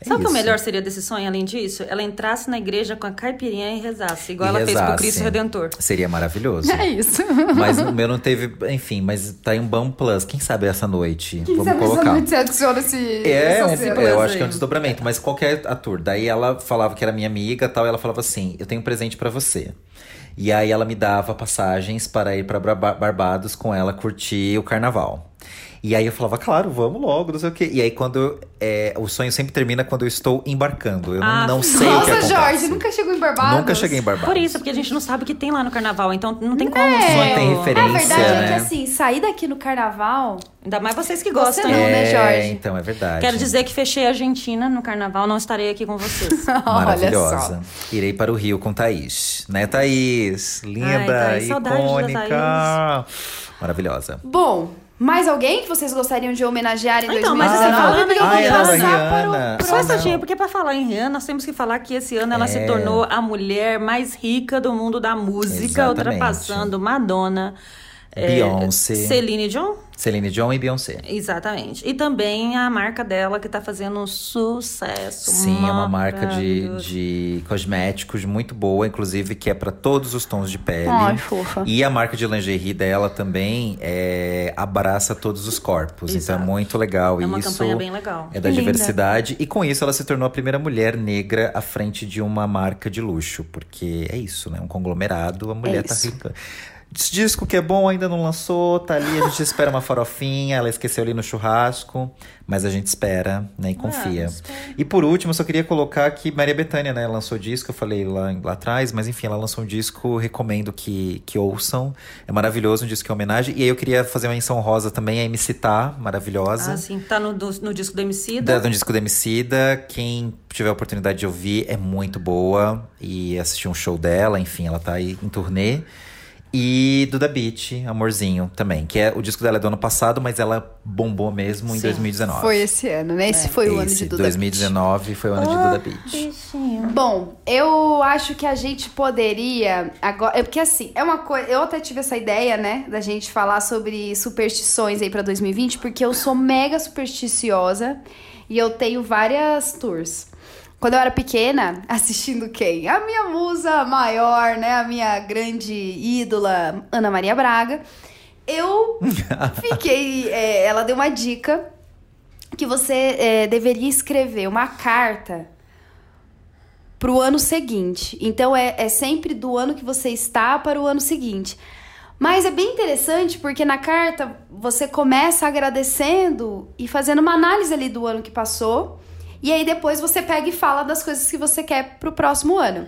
"É Sabe o que o isso." melhor seria desse sonho, além disso? Ela entrasse na igreja com a caipirinha e rezasse, E igual ela fez com o rezasse. Cristo Redentor. Seria maravilhoso. É isso. Mas o meu não teve. Enfim, mas tá em um bom plus. Quem sabe essa noite? Quem vamos sabe essa colocar. noite você adiciona esse... É, essa um- cena. eu coisa acho que é um aí. desdobramento, mas qualquer ator. Daí ela falava que era minha amiga e tal, e ela falava assim: Eu tenho um presente pra você. E aí ela me dava passagens para ir pra Barba- Barbados com ela curtir o carnaval. E aí eu falava, claro, vamos logo, não sei o quê. E aí quando. é, o sonho sempre termina quando eu estou embarcando. Eu não- Ah, não, sei o que Nossa, acontece. Jorge, nunca chegou em Barbados? Nunca cheguei em Barbados. Por isso, porque a gente não sabe o que tem lá no carnaval, então não tem como. Não tem referência, A verdade é que, né? assim, sair daqui no carnaval... Ainda mais vocês que Você gostam. não, né? né, É, Jorge? então, é verdade. Quero dizer que fechei a Argentina no carnaval, não estarei aqui com vocês. Maravilhosa. Irei para o Rio com Thaís. Né, Thaís? Linda, Thaís, saudades da icônica. Maravilhosa. Bom, mais alguém que vocês gostariam de homenagear em Então, 2019? mas você falando em ah, era da passar para o Rihanna. Só Ah, essa não. tinha, porque pra falar em Rihanna, nós temos que falar que esse ano ela É. se tornou a mulher mais rica do mundo da música, Exatamente. ultrapassando Madonna, é, Beyoncé. Celine Dion. Celine Dion e Beyoncé. Exatamente. E também a marca dela que tá fazendo um sucesso. Sim, é uma marca de, maravilhoso. de cosméticos muito boa, inclusive, que é para todos os tons de pele. Ai, fofa. E a marca de lingerie dela também é, abraça todos os corpos. Então é Exato. muito legal É uma isso. campanha bem legal. É da Que linda. diversidade. E com isso ela se tornou a primeira mulher negra à frente de uma marca de luxo. Porque é isso, né? Um conglomerado, a mulher tá É isso. rica. Esse disco que é bom ainda não lançou, tá ali, a gente espera uma farofinha, ela esqueceu ali no churrasco, mas a gente espera, Ah, né, e confia. e por último, eu só queria colocar que Maria Bethânia, né, lançou disco, eu falei lá, lá atrás, mas enfim, ela lançou um disco, recomendo que, que ouçam, é maravilhoso, um disco que é homenagem. E aí eu queria fazer uma menção rosa também, a MC Tá, maravilhosa. Ah, sim. Tá no, do- no disco do né? MC. Da, do disco da Emicida, quem tiver a oportunidade de ouvir, é muito boa. E assistir um show dela, enfim, ela tá aí em turnê. E do Da Beat, Amorzinho, também. Que é, o disco dela é do ano passado, mas ela bombou mesmo em Sim. 2019. Foi esse ano, né? Esse foi o ano É. Esse, de Duda 2019 foi o ano de Ah, Duda Beat. Bom, eu acho que a gente poderia agora, é porque assim, é uma coisa, eu até tive essa ideia, né, da gente falar sobre superstições aí pra 2020, porque eu sou mega supersticiosa e eu tenho várias tours. Quando eu era pequena, assistindo quem? A minha musa maior, né, a minha grande ídola, Ana Maria Braga. Eu fiquei, é, ela deu uma dica que você é, deveria escrever uma carta pro ano seguinte. Então é, é sempre do ano que você está para o ano seguinte. Mas é bem interessante porque na carta você começa agradecendo e fazendo uma análise ali do ano que passou. E aí depois você pega e fala das coisas que você quer pro próximo ano.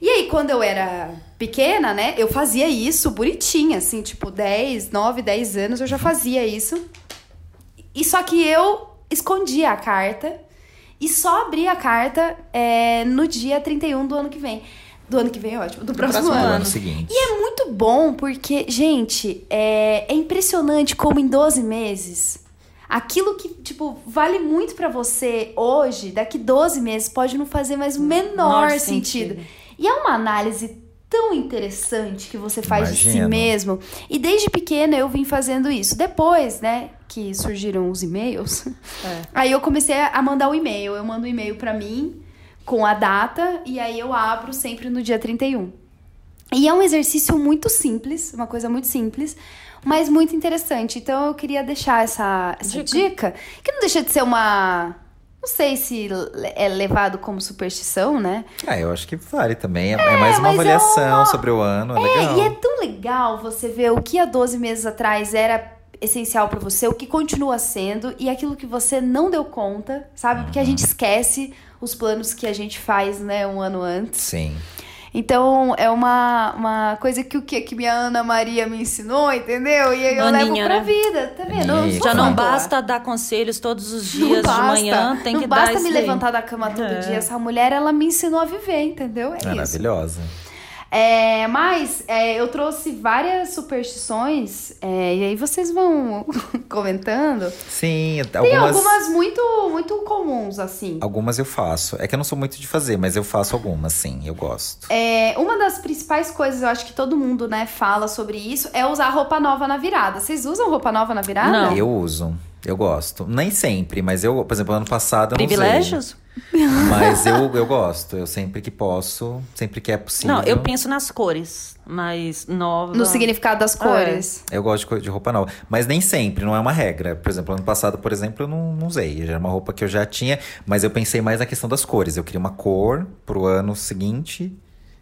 E aí, quando eu era pequena, né, eu fazia isso bonitinha, assim, tipo 10, 9, 10 anos, eu já fazia isso. E só que eu escondi a eh, carta e só abri a carta é, no dia 31 do ano que vem. Do ano que vem, ótimo. Do próximo, próximo No ano. ano seguinte. E é muito bom porque, gente, é, é impressionante como em 12 meses, aquilo que, tipo, vale muito pra você hoje, daqui 12 meses, pode não fazer mais o menor Menor sentido. sentido. E é uma análise tão interessante que você faz de si Imagino. mesmo. E desde pequena eu vim fazendo isso. Depois, né, que surgiram os e-mails, É. aí eu comecei a mandar o e-mail. Eu mando o e-mail pra mim com a data e aí eu abro sempre no dia 31. E é um exercício muito simples, uma coisa muito simples, mas muito interessante. Então eu queria deixar essa, essa dica. que não deixa de ser uma. Não sei se le- é levado como superstição, né? Ah, eu acho que vale também. É, é mais uma mas é avaliação sobre o ano. É, É, legal. e é tão legal você ver o que há 12 meses atrás era essencial pra você, o que continua sendo e aquilo que você não deu conta, sabe? Porque a gente esquece os planos que a gente faz, né, um ano antes. Sim. Então, é uma, uma coisa que o que, que minha Ana Maria me ensinou, entendeu? E aí eu levo Aninha, pra né? vida, tá vendo? Eu Isso. sou Já não uma boa. basta dar conselhos todos os Não dias de basta. manhã, tem não que dar basta isso me daí. levantar da cama todo É. dia. Essa mulher, ela me ensinou a viver, entendeu? É isso. Maravilhosa. É, mas é, eu trouxe várias superstições, é, e aí vocês vão comentando. Sim, Tem algumas, algumas... algumas muito, muito comuns, assim. eu faço. É que eu não sou muito de fazer, mas eu faço algumas, sim. Eu gosto. É, uma das principais coisas, eu acho que todo mundo, né, fala sobre isso, é usar roupa nova na virada. Vocês usam roupa nova na virada? Não. Eu uso. Eu gosto. Nem sempre, mas eu, por exemplo, ano passado eu não usei. Privilégios? Mas eu, eu gosto. Eu sempre que posso, sempre que é possível. Não, eu penso nas cores, mas nova. No significado das cores. Eu gosto de co- de roupa nova. Mas nem sempre, não é uma regra. Por exemplo, ano passado, por exemplo, eu não, não usei. Já era uma roupa que eu já tinha, mas eu pensei mais na questão das cores. Eu queria uma cor pro ano seguinte,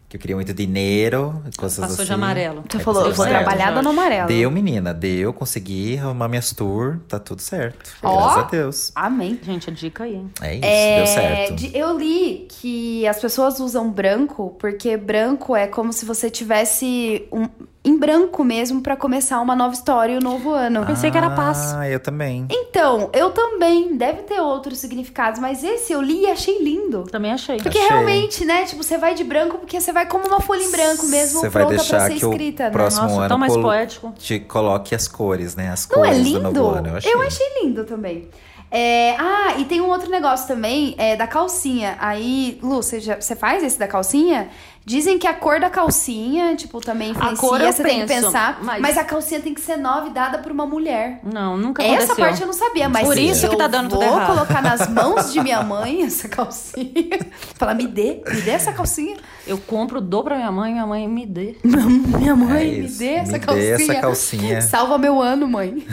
que eu queria muito dinheiro, coisas Passou assim. de amarelo. Você É, falou, passou eu de vou amarelo. trabalhada no amarelo. Deu, menina, deu, consegui arrumar minhas tour, tá tudo certo. Ó. Graças a Deus. Amém. Gente, a dica aí. hein? É isso, É, deu certo. de- eu li que as pessoas usam branco porque branco é como se você tivesse um- em branco mesmo pra começar uma nova história e um novo ano. pensei que era paz. Ah, eu também. Então, eu também. Deve ter outros significados, mas esse eu li e achei lindo. Também achei. Porque Achei. realmente, né? Tipo, você vai de branco porque você vai como uma folha em branco mesmo, Você vai pronta pra deixar ser que o escrita, né? próximo Nossa, ano tão mais colo- poético. te coloque as cores, né? As Não é cores do lindo? novo ano. Eu achei lindo também. É, ah, e tem um outro negócio também, é da calcinha. Aí, Lu, você, já- você faz esse da calcinha? Dizem que a cor da calcinha, tipo, também influencia, cor eu você tem que penso, pensar. Mas... mas- a calcinha tem que ser nova e dada por uma mulher. Não, nunca Essa aconteceu. parte eu não sabia, mas Por se isso eu que tá dando vou tudo errado. colocar nas mãos de minha mãe essa calcinha. Falar, me dê, me dê essa calcinha. Eu compro, dou pra minha mãe, minha mãe me dê. Minha mãe, me É isso. dê essa Me calcinha. dê essa calcinha. Salva meu ano, mãe.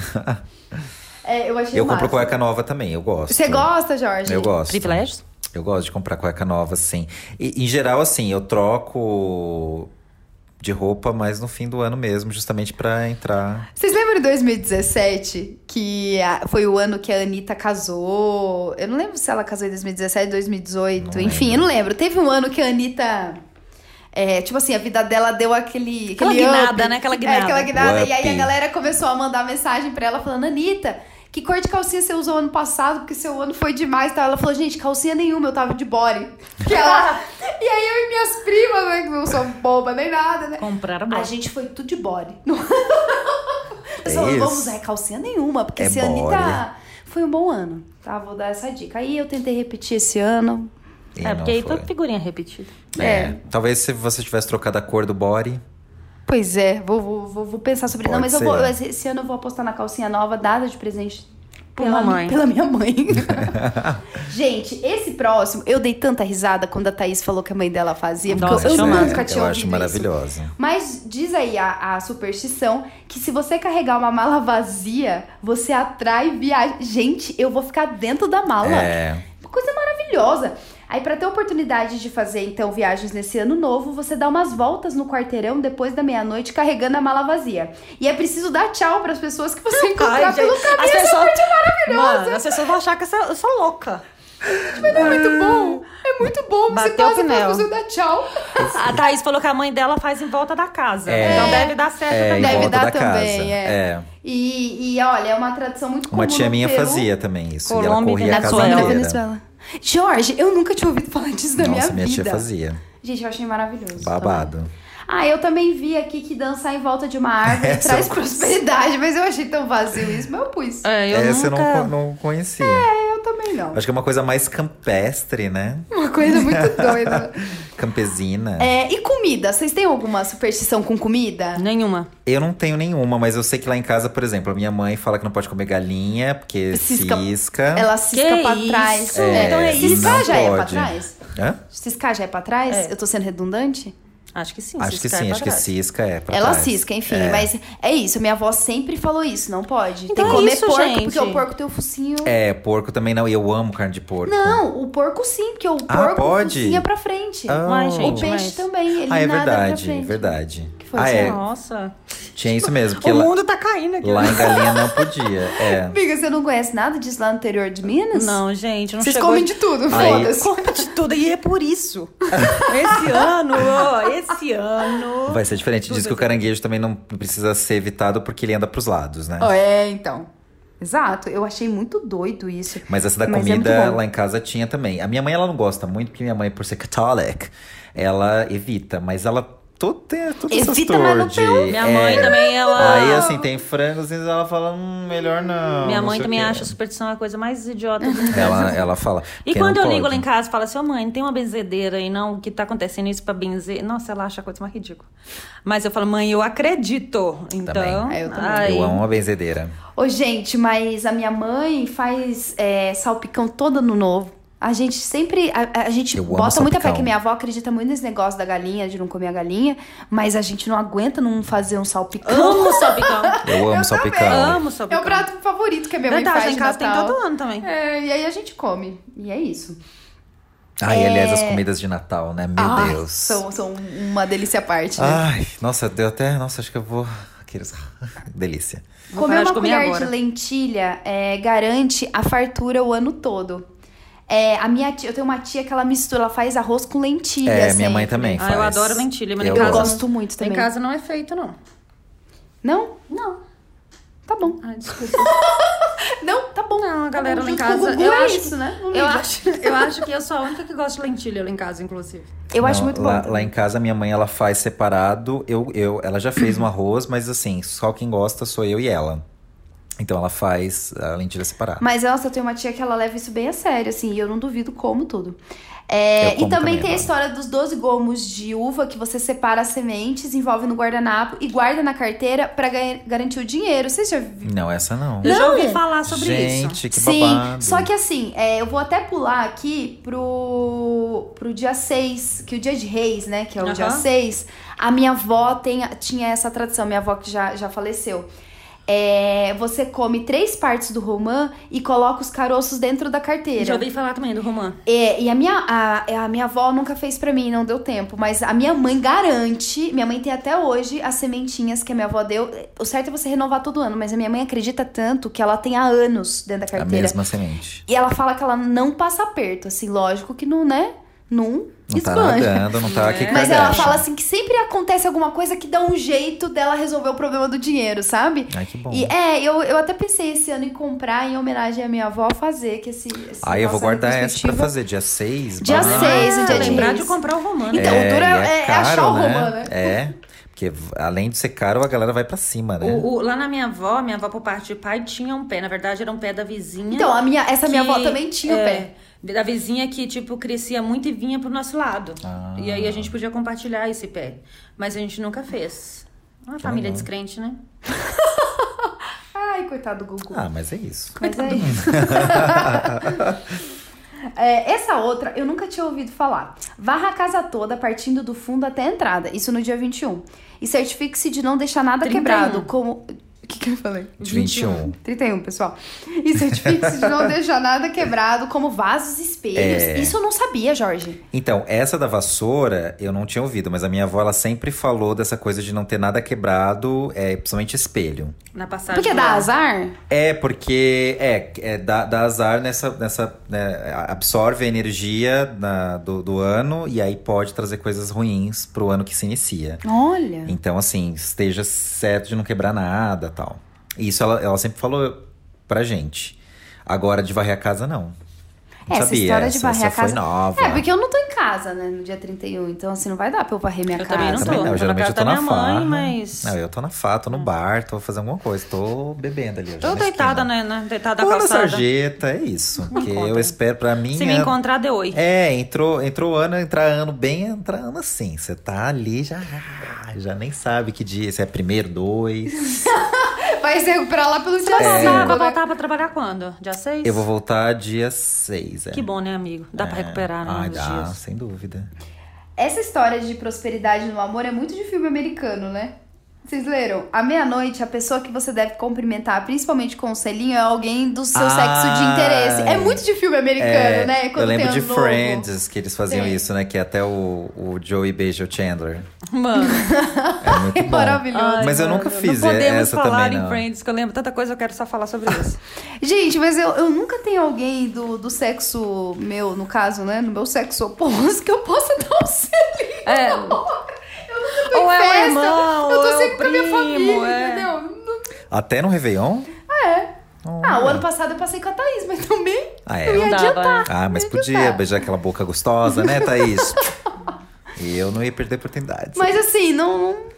É, eu achei Eu compro massa. cueca nova também, eu gosto. Você gosta, Jorge? Eu gosto. Privilégios? Eu gosto de comprar cueca nova, sim. E, em geral, assim, eu troco de roupa, mas no fim do ano mesmo, justamente pra entrar. Vocês lembram de 2017? Que a- foi o ano que a Anitta casou. Eu não lembro se ela casou em 2017, 2018. Não enfim, lembro. eu não lembro. Teve um ano que a Anitta. é, tipo assim, a vida dela deu aquele. Aquela aquele up. guinada, né? Aquela guinada. É, aquela guinada. O E aí a up. galera começou a mandar mensagem pra ela falando: Anitta, que cor de calcinha você usou ano passado? Porque seu ano foi demais. e tal. Ela falou: gente, calcinha nenhuma, eu tava de body. Que ela- e aí eu e minhas primas, né? Que não sou boba nem nada, né? A Compraram bom. gente foi tudo de body. Não É não vamos isso. usar calcinha nenhuma, porque É esse ano body. tá... foi um bom ano. Tá, vou dar essa dica. Aí eu tentei repetir esse ano. E É, não porque aí foi. foi figurinha repetida. É. Talvez se você tivesse trocado a cor do body. Pois é, vou, vou, vou, vou pensar sobre Não, Pode mas eu vou, ser. esse esse ano eu vou apostar na calcinha nova dada de presente Por pela, mamãe. pela minha mãe. Gente, esse próximo, eu dei tanta risada quando a Thaís falou que a mãe dela fazia, porque Nossa, eu, eu é, sério, nunca tinha Eu ouvido acho isso. maravilhosa. Mas diz aí a, a superstição que se você carregar uma mala vazia, você atrai viagem. Gente, eu vou ficar dentro da mala. É. Uma coisa maravilhosa. Aí, pra ter oportunidade de fazer, então, viagens nesse ano novo, você dá umas voltas no quarteirão depois da meia-noite carregando a mala vazia. E é preciso dar tchau pras pessoas que você encontrar Ai, pelo gente, caminho. as pessoas... maravilhosa. Mano, as pessoas vão achar que eu sou, eu sou louca. É muito bom. É muito bom. Você Bateu passa o pneu. pras pessoas dar tchau. A Thaís falou que a mãe dela faz em volta da casa. É. Então deve dar certo É, em Deve também. volta dar da casa. também, é. E, e, olha, é uma tradição muito comum Uma tia no minha Peru. fazia também isso. e ela Colômbia e corria a casa né? Venezuela. inteira. Venezuela. Jorge, eu nunca tinha ouvido falar disso na Nossa, é minha, minha vida. tia fazia. Gente, eu achei maravilhoso. Babado. Ah, eu também vi aqui que dançar em volta de uma árvore Essa traz eu prosperidade, mas eu achei tão vazio isso, mas eu pus. É, eu Essa nunca... eu não, co- não conhecia. Eu também não. Acho que é uma coisa mais campestre, né? Uma coisa muito doida. Campesina. É, e comida? Vocês têm alguma superstição com comida? Nenhuma. Eu não tenho nenhuma, mas eu sei que lá em casa, por exemplo, a minha mãe fala que não pode comer galinha, porque Cisca. cisca. Ela cisca Que pra isso? trás. É, Então é isso. Ciscar não já é pra pode. trás? Hã? Ciscar já é pra trás? É. Eu tô sendo redundante? Acho que sim. Acho que ciscar sim, pra acho que trás. cisca é pra Ela trás. cisca, enfim. É. Mas é isso, minha avó sempre falou isso, não pode. Então Tem é que comer isso, porco, gente. porque o porco tem o focinho... É, porco também não. E eu amo carne de porco. Não, o porco sim, porque o Ah, porco pode? focinho é pra frente. Ah. Ai, O gente, peixe mas- também, ele Ah, é nada pra verdade, frente. verdade. Que foi, ah, é. Nossa. Tinha isso mesmo, porque assim, o lá, mundo tá caindo aqui. lá em galinha não podia. É. Amiga, você não conhece nada disso lá no interior de Minas? Não, gente, não Vocês chegou... comem de tudo, Aí- foda-se. Come de tudo. E é por isso. esse ano, ó, esse ano... Vai ser diferente. Diz que o caranguejo também não precisa ser evitado porque ele anda pros lados, né? Ó, é, então. Exato, eu achei muito doido isso. Mas essa da Mas é comida muito bom. lá em casa tinha também. A minha mãe ela não gosta muito, porque minha mãe, por ser católica, ela evita, mas ela todo tem todas essas Evita, mas não torres. tem um- Minha mãe também, ela... é. Aí assim, tem frangos e ela fala, hum, melhor não. Minha não mãe sei o também quê. acha superstição a coisa mais idiota do mundo. Ela, ela fala. E "Que quando não eu ligo pode." lá em casa e falo assim, ô mãe, não tem uma benzedeira aí não? O que tá acontecendo isso pra benzer? Nossa, ela acha a coisa mais ridícula. Mas eu falo, mãe, eu acredito. Então. É, eu também. ai, Eu amo uma benzedeira. Ô, gente, mas a minha mãe faz é, salpicão todo ano novo. A gente sempre. A, a gente Eu amo bota muita fé salpicão. que minha avó acredita muito nesse negócio da galinha, de não comer a galinha, mas a gente não aguenta não fazer um salpicão. Amo salpicão. Eu amo salpicão. amo É salpicão. o prato favorito que a minha mãe Verdade, lá faz. em de casa tem Natal. todo ano também. É, e aí a gente come. E é isso. Ai, Ah, aliás, as comidas de Natal, né? Meu Ai, Deus. É. Ah, São, são uma delícia à parte, né? Ai, nossa, deu até. Nossa, acho que eu vou. Aqueles. Delícia. Vou Comer uma parar de comer colher agora. de lentilha é, garante a fartura o ano todo. É, a minha tia, eu tenho uma tia que ela mistura, ela faz arroz com lentilha. É, minha sempre. mãe também Ah, faz. eu adoro lentilha, mas Eu em Eu casa. gosto muito também. Em casa não é feito, não. Não? Não. Tá bom. Ai, desculpa. Não, tá bom. Não, a galera lá em junto com casa. o Gugu Eu é acho, isso, né? Não eu, liga. acho, eu acho que eu sou a única que gosta de lentilha lá em casa, inclusive. Eu acho Não, muito lá, bom. Lá em casa, minha mãe, ela faz separado. Eu, eu, ela já fez um arroz, mas assim, só quem gosta sou eu e ela. Então ela faz a lentilha separada. Mas nossa, eu tenho uma tia que ela leva isso bem a sério, assim, e eu não duvido como tudo. É, Eu como e também também, tem a Bárbara. história dos 12 gomos de uva que você separa as sementes, envolve no guardanapo e guarda na carteira pra ga- garantir o dinheiro. Vocês já viram? Não, essa não. Eu já ouvi falar sobre isso. Gente, que Sim, babado. só que assim, é, eu vou até pular aqui pro, pro dia 6, que o dia de reis, né, que é o dia Aham. 6, a minha avó tem- tinha essa tradição, minha avó que já, já faleceu. É, você come três partes do romã e coloca os caroços dentro da carteira. Já ouvi falar também do romã. É, e a minha, a, a minha avó nunca fez pra mim, não deu tempo. Mas a minha mãe garante. Minha mãe tem até hoje as sementinhas que a minha avó deu. O certo é você renovar todo ano, mas a minha mãe acredita tanto que ela tem há anos dentro da A é carteira. mesma semente. E ela fala que ela não passa aperto, assim, lógico que não, né? Não, Não tá esbanja. nadando, não tá aqui Mas ela fala assim que sempre acontece alguma coisa que dá um jeito dela resolver o problema do dinheiro, sabe? Ai, que bom. E é, eu, eu até pensei esse ano em comprar em homenagem à minha avó, fazer que esse. esse Ai, eu vou nossa guardar essa pra retrospectiva- fazer dia 6. Dia babado. seis. Fez um dia de lembrar reis. de comprar o romã. né? Então, o duro É, e é- é achar o romã, né? É, porque além de ser caro, a galera vai pra cima, né? Então, O- o- lá na minha avó, minha avó por parte de pai tinha um pé. Na verdade, era um pé da vizinha. Então, a minha, essa minha que- avó também tinha é, o pé. Da vizinha que, tipo, crescia muito e vinha pro nosso lado. Ah. E aí a gente podia compartilhar esse pé. Mas a gente nunca fez. Uma Tá família descrente, né? Ai, coitado do Gugu. Ah, mas é isso. Mas é isso. É, essa outra eu nunca tinha ouvido falar. Varra a casa toda, partindo do fundo até a entrada. Isso no dia 21. E certifique-se de não deixar nada 31. quebrado, como. O que, que eu falei? De 21. 31, pessoal. E certifique-se de não deixar nada quebrado, como vasos e espelhos. É. Isso eu não sabia, Jorge. Então, essa da vassoura eu não tinha ouvido, mas a minha avó ela sempre falou dessa coisa de não ter nada quebrado, é, principalmente espelho. Na passagem. Porque do dá lado. azar? É, porque é, é, dá, dá azar nessa. nessa né, absorve a energia na- do, do ano e aí pode trazer coisas ruins pro ano que se inicia. Olha. Então, assim, esteja certo de não quebrar nada tal. E Isso ela, ela sempre falou pra gente. Agora, de varrer a casa, não. Não Essa sabia, história de essa- varrer a essa foi casa. nova. É, porque eu não tô em casa, né, no dia 31, então assim, não vai dar pra eu varrer minha Eu casa. também não tô. Também tô na não, geralmente casa eu tô da na minha farra. mãe, mas- Não, eu tô na farra, Ah. tô no bar, tô fazendo alguma coisa, tô bebendo ali. ó, já Tô na deitada, esquina. né? né? Deitada tá Tô na na calçada. sarjeta, é isso. Porque eu encontra. espero pra mim. Se me é- encontrar, deu oi. É, entrou, entrou ano, entrar ano bem, entrar ano assim. Você tá ali já. Já nem sabe que dia, se é primeiro, dois. Vai se recuperar lá pelo dia Vai É. voltar, cinco, vai né? voltar pra trabalhar quando? Dia 6? Eu vou voltar dia seis. É. Que bom, né, amigo? Dá pra É. recuperar, né? Ah, uns dá, dias. sem dúvida. Essa história de prosperidade no amor é muito de filme americano, né? Vocês leram? À meia-noite, a pessoa que você deve cumprimentar, principalmente com o selinho, é alguém do Ah, seu sexo de Ai. interesse. É muito de filme americano, É, né? eu lembro tem de ano novo. Friends que eles É. faziam Sim. isso, né? Que até o, o Joey beija o Chandler. Mano, É muito bom. Maravilhoso. ai, Mas eu mano, nunca fiz não é- podemos essa falar também, em não. Friends, que eu lembro tanta coisa, eu quero só falar sobre isso. Gente, mas eu, eu nunca tenho alguém do, do sexo meu, no caso, né? No meu sexo oposto, que eu possa dar um selinho. É. Eu nunca tô Ou em é o festa. irmão, eu tô ou é o sempre com a minha primo, família, é. entendeu? Não- Até no Réveillon? Ah, o ano passado eu passei com a Thaís, mas também Ah, eu é. ia Não dava, adiantar. Ah, mas Não podia adiantava. beijar aquela boca gostosa, né, Thaís? E eu não ia perder oportunidades. Mas assim, não. não-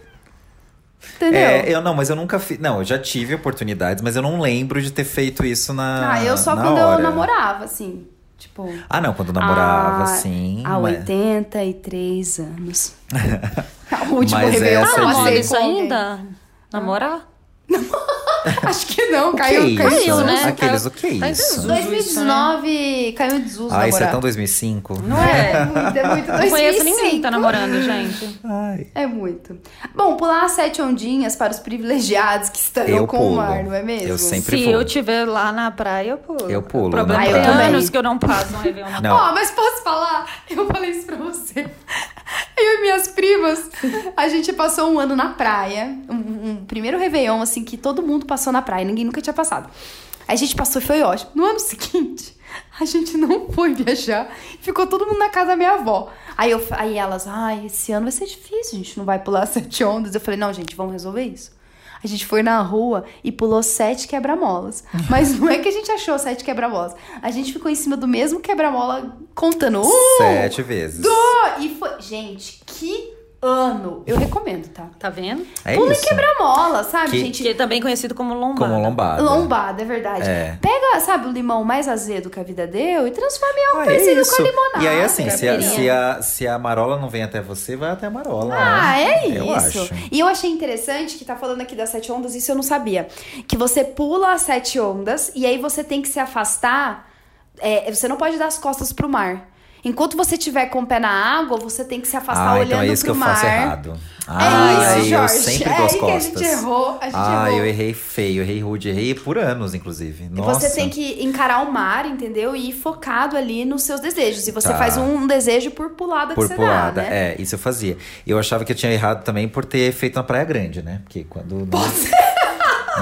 Entendeu? É, eu não, mas eu nunca fiz. Não, eu já tive oportunidades, mas eu não lembro de ter feito isso na. ah, eu só na quando hora. eu namorava, assim. Tipo. Ah, não, quando eu namorava, há- sim. Há mas- 83 anos. o último Mas é Réveillon essa eu de- Tá moda passei isso com alguém. ainda? Namorar? Acho que não, O que caiu. é isso? caiu. caiu, né? Aqueles, Caiu- o que é tá em isso? desuso. 2019 caiu em desuso Ah, isso é namorar. tão 2005. Não é? É muito, é muito Não conheço ninguém que 2005. tá namorando, gente. Ai. É muito. Bom, pular sete ondinhas para os privilegiados que estarão Eu com o pulo. mar, não é mesmo? Eu sempre- Se vou. eu tiver lá na praia, eu pulo. Eu pulo, O problema na é que tem praia. anos que eu não passo um Réveillon na Não. Ó, mas posso falar? Eu falei isso pra você. Eu e minhas primas, a gente passou um ano na praia. Um, um primeiro Réveillon, assim, que todo mundo passou na praia. Ninguém nunca tinha passado. A gente passou e foi ótimo. No ano seguinte, a gente não foi viajar. Ficou todo mundo na casa da minha avó. Aí, eu, aí elas, ai, esse ano vai ser difícil. A gente não vai pular sete ondas. Eu falei, não, gente, vamos resolver isso. A gente foi na rua e pulou sete quebra-molas. Mas não é que a gente achou sete quebra-molas. A gente ficou em cima do mesmo quebra-mola contando. Um, Sete vezes. dois, e foi. Gente, que ano! Eu recomendo, tá? Tá vendo? É Pula isso. e quebra-mola, sabe, Que- gente? Que é também conhecido como lombada. Como lombada. Lombada, é verdade. É. Pega, sabe, o limão mais azedo que a vida deu e transforma em algo Ah, é parecido isso. tá com a limonada. né, E aí, assim, se a, caipirinha. se, a, se a marola não vem até você, vai até a marola. né? Ah, é Eu isso. acho. E eu achei interessante que tá falando aqui das sete ondas, isso eu não sabia. Que você pula as sete ondas e aí você tem que se afastar. é, você não pode dar as costas pro mar. Enquanto você tiver com o pé na água, você tem que se afastar ah, olhando então é isso que pro eu mar. faço errado. É Ah, isso, eu Jorge. sempre é dou as aí costas. que a gente errou. A gente ah, errou. eu errei feio, errei rude, errei por anos, inclusive. E Nossa. Você tem que encarar o mar, entendeu? E ir focado ali nos seus desejos. E você Tá. faz um desejo por pulada por que você pulada. dá, né? É, isso eu fazia. Eu achava que eu tinha errado também por ter feito na Praia Grande, né? Porque quando.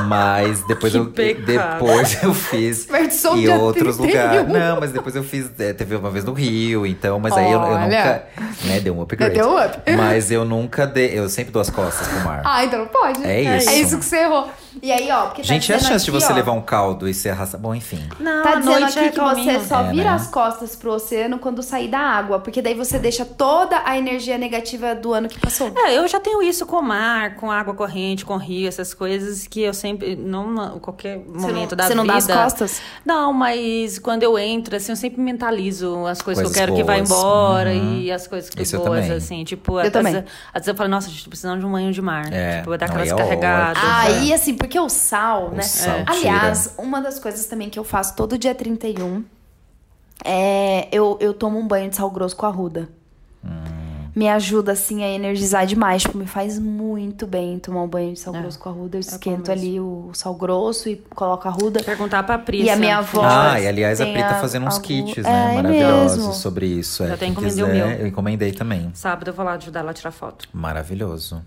Mas depois Que eu pecado. depois eu fiz Perdição em dia outros 31. lugares. Não, mas depois eu fiz, é, teve uma vez no Rio, então, mas aí eu, eu Olha. nunca, né, deu um upgrade. Deu um up. Mas eu nunca dei, eu sempre dou as costas pro mar. Ah, então não pode. É isso. É isso que você errou. E aí, ó, porque tá Gente, e a dizendo chance de aqui, você ó, levar um caldo e se arrastar? Bom, enfim. Não, Tá a dizendo noite aqui é que você calminho. só É, vira né? as costas pro oceano quando sair da água, porque daí você deixa toda a energia negativa do ano que passou. É, eu já tenho isso com mar, com água corrente, com rio, essas coisas que eu sempre. Não, não- qualquer não- momento da você vida. não dá as costas? Não, mas quando eu entro, assim, eu sempre mentalizo as coisas, Coisas que eu quero que vá boas. embora Uhum. e as coisas que Isso eu boas, também. assim. Tipo, Eu às, também. Vezes, às vezes eu falo, nossa, a gente tá precisando de um banho de mar. É, Tipo, vou dar não, aquelas é ótimo. carregadas. né? Aí, assim, porque o sal, O né? sal É. tira. Aliás, uma das coisas também que eu faço todo dia 31 é eu, eu tomo um banho de sal grosso com arruda. Me ajuda, assim, a energizar demais. Tipo, me faz muito bem tomar um banho de sal É. grosso com arruda. Eu bom esquento mesmo. ali o sal grosso e coloco a arruda. Perguntar pra Pri. assim, E a se- minha avó- Ah, e aliás, a tem Pri tá a- fazendo uns algum- kits, É, né? é maravilhosos mesmo. sobre isso. É, Eu até quem encomendei o quiser, meu. Eu encomendei também. Sábado eu vou lá ajudar ela a tirar foto. Maravilhoso.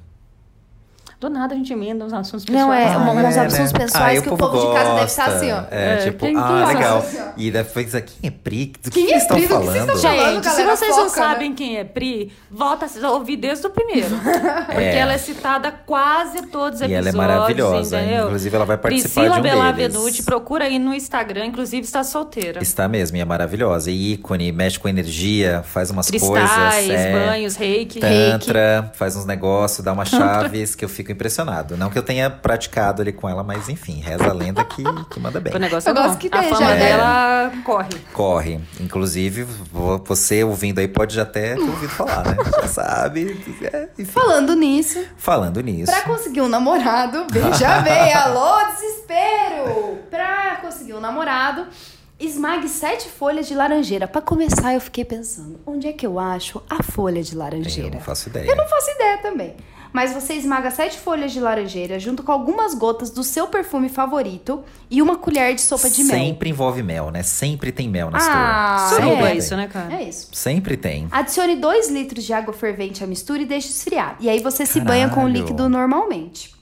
Do nada a gente emenda uns assuntos pessoais. Não, é, Ah, uma- umas é, opções né? pessoais Aí que o povo de casa deve estar assim, ó. É, É, tipo, quem- quem ah, é legal. assim, ó? E depois aqui é PRI? Do Quem que é eles estão PRI? Do que vocês falando? estão falando? Gente, se galera, vocês não foca, né? sabem quem é Pri, volta a ouvir desde o primeiro. Porque É. ela é citada quase todos os E episódios. ela é maravilhosa, hein? entendeu? Inclusive, ela vai participar Priscila de um Belavenuti, deles. procura aí no Instagram, inclusive está solteira. Está mesmo, e é maravilhosa. E ícone, mexe com energia, faz umas Cristais, coisas. é. banhos, reiki. Tantra, faz uns negócios, dá umas chaves que eu fico impressionado. Não que eu tenha praticado ali com ela, mas enfim, reza a lenda que, que manda bem. O negócio Eu é bom. gosto que A tem, fama já, né? dela corre. Corre. Inclusive, vo- você ouvindo aí pode já até ter ouvido falar, né? Já sabe. É, enfim. Falando nisso, Falando nisso. pra conseguir um namorado, já vem, alô, desespero! Pra conseguir um namorado, esmague sete folhas de laranjeira. Pra começar, eu fiquei pensando, onde é que eu acho a folha de Eu laranjeira? não faço ideia. Eu não faço ideia também. Mas você esmaga sete folhas de laranjeira junto com algumas gotas do seu perfume favorito e uma colher de sopa de mel. Sempre envolve mel, né? Sempre tem mel na Ah, história. Sim, Só Sempre rouba tem. isso, né, cara? É isso. Sempre tem. Adicione 2 litros de água fervente à mistura e deixe esfriar. E aí você se banha com o Caralho. líquido normalmente.